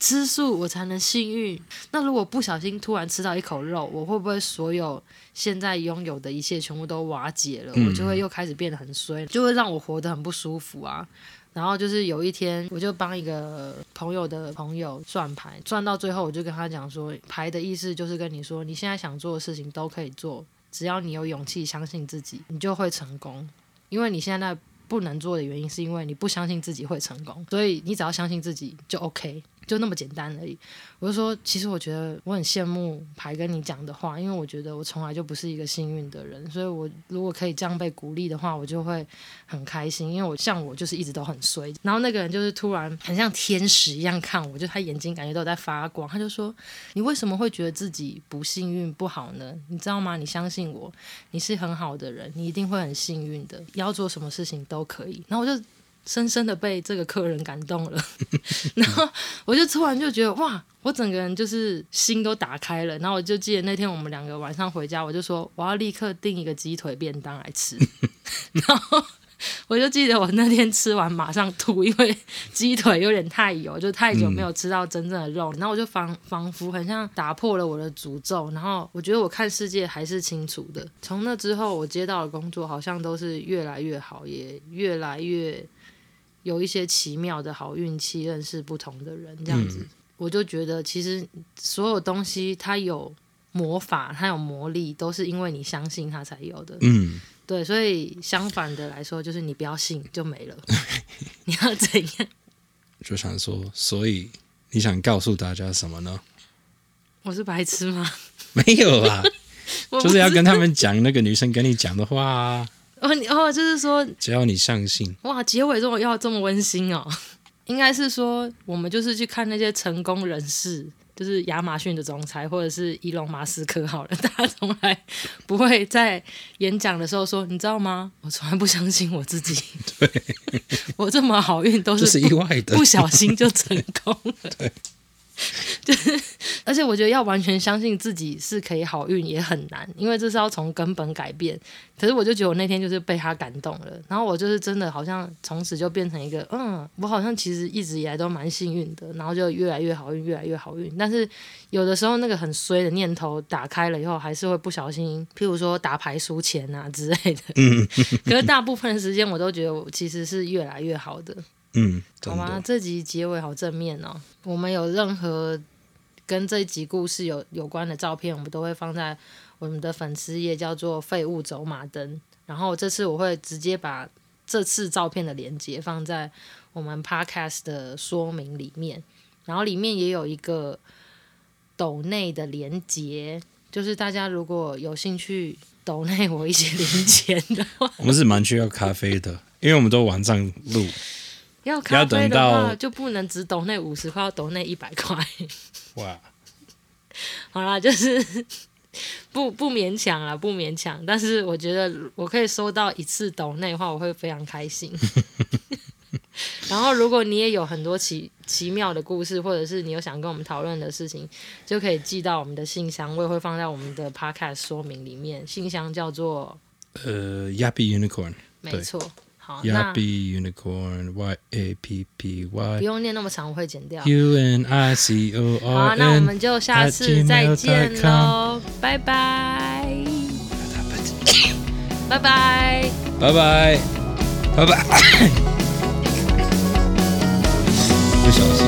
S2: 吃素我才能幸运。那如果不小心突然吃到一口肉，我会不会所有现在拥有的一切全部都瓦解了？我就会又开始变得很衰，就会让我活得很不舒服啊。然后就是有一天，我就帮一个朋友的朋友算牌，算到最后，我就跟他讲说，牌的意思就是跟你说，你现在想做的事情都可以做，只要你有勇气相信自己，你就会成功。因为你现在不能做的原因，是因为你不相信自己会成功，所以你只要相信自己就 OK，就那么简单而已。我就说，其实我觉得我很羡慕牌跟你讲的话，因为我觉得我从来就不是一个幸运的人，所以我如果可以这样被鼓励的话，我就会很开心，因为我像我就是一直都很衰。然后那个人就是突然很像天使一样看我，就他眼睛感觉都有在发光，他就说：“你为什么会觉得自己不幸运不好呢？你知道吗？你相信我，你是很好的人，你一定会很幸运的，要做什么事情都可以。”然后我就深深的被这个客人感动了。 然后我就突然就觉得哇，我整个人就是心都打开了。然后我就记得那天我们两 个晚上回家，我就说我要立刻订一个鸡腿便当来吃。然后我就记得我那天吃完马上吐，因为鸡腿有点太油，就太久没有吃到真正的肉，然后我就仿仿佛很像打破了我的诅咒，然后我觉得我看世界还是清楚的。从那之后，我接到的工作好像都是越来越好，也越来越有一些奇妙的好运气，认识不同的人，这样子，我就觉得其实所有东西它有魔法，它有魔力，都是因为你相信它才有的。
S1: 嗯，
S2: 对，所以相反的来说，就是你不要信就没了。 你要怎样？
S1: 就想说，所以你想告诉大家什么呢？
S2: 我是白痴吗？
S1: 没有啊，
S2: 我不
S1: 就是要跟他们讲那个女生跟你讲的话啊，
S2: 哦，你哦，就是说，
S1: 只要你相信，
S2: 哇，结尾这么要这么温馨哦， 应该是说我们就是去看那些成功人士，就是亚马逊的总裁或者是伊隆马斯克好了， 大家从来不会在演讲的时候说，你知道吗？我从来不相信我 自己， 对我这么好运都
S1: 这
S2: 是
S1: 是
S2: 不
S1: 意外的
S2: 不。小心就成功了。对，就是， 而且我觉得要完全相信自己是可以好运也很难，因为这是要从根本改变。可是我就觉得我那天就是被他感动了，然后我就是真的好像从此就变成一个，嗯，我好像其实一直以来都蛮幸运的，然后就越来越好运，越来越好运。但是有的时候那个很衰的念头打开了以后，还是会不小心，譬如说打牌输钱啊之类的。可是大部分的时间我都觉得我其实是越来越好的。
S1: 嗯，真
S2: 好吗？
S1: 的，
S2: 这集结尾好正面哦。我们有任何跟这一集故事有有关的照片，我们都会放在我们的粉丝页，叫做“废物走马灯”。然后这次我会直接把这次照片的连接放在我们 podcast 的说明里面，然后里面也有一个抖内的连接，就是大家如果有兴趣抖内我一些零钱的 话，
S1: 我们是蛮需要咖啡的，因为我们都晚上录，
S2: 要咖啡
S1: 等
S2: 的话
S1: 到
S2: 就不能只抖内五十块，要抖内一百块。
S1: 哇，
S2: 好啦，就是不不勉强啦，不勉强。但是我觉得我可以收到一次抖内的话，我会非常开心。 然后，如果你也有很多奇奇妙的故事，或者是你有想跟我们讨论的事情，就可以寄到我们的信箱，我也会放在我们的 podcast 说明里面。信箱叫做
S1: 呃，Yappy Unicorn，
S2: 没错，好，那不
S1: Yappy Unicorn Y A P P Y
S2: 用念那么长，我会剪掉。
S1: U N I C O
S2: 好啊、
S1: R
S2: 那我
S1: N
S2: 们。就下次再见喽，拜拜，
S1: 拜
S2: 拜拜。
S1: 拜，拜拜，不小心。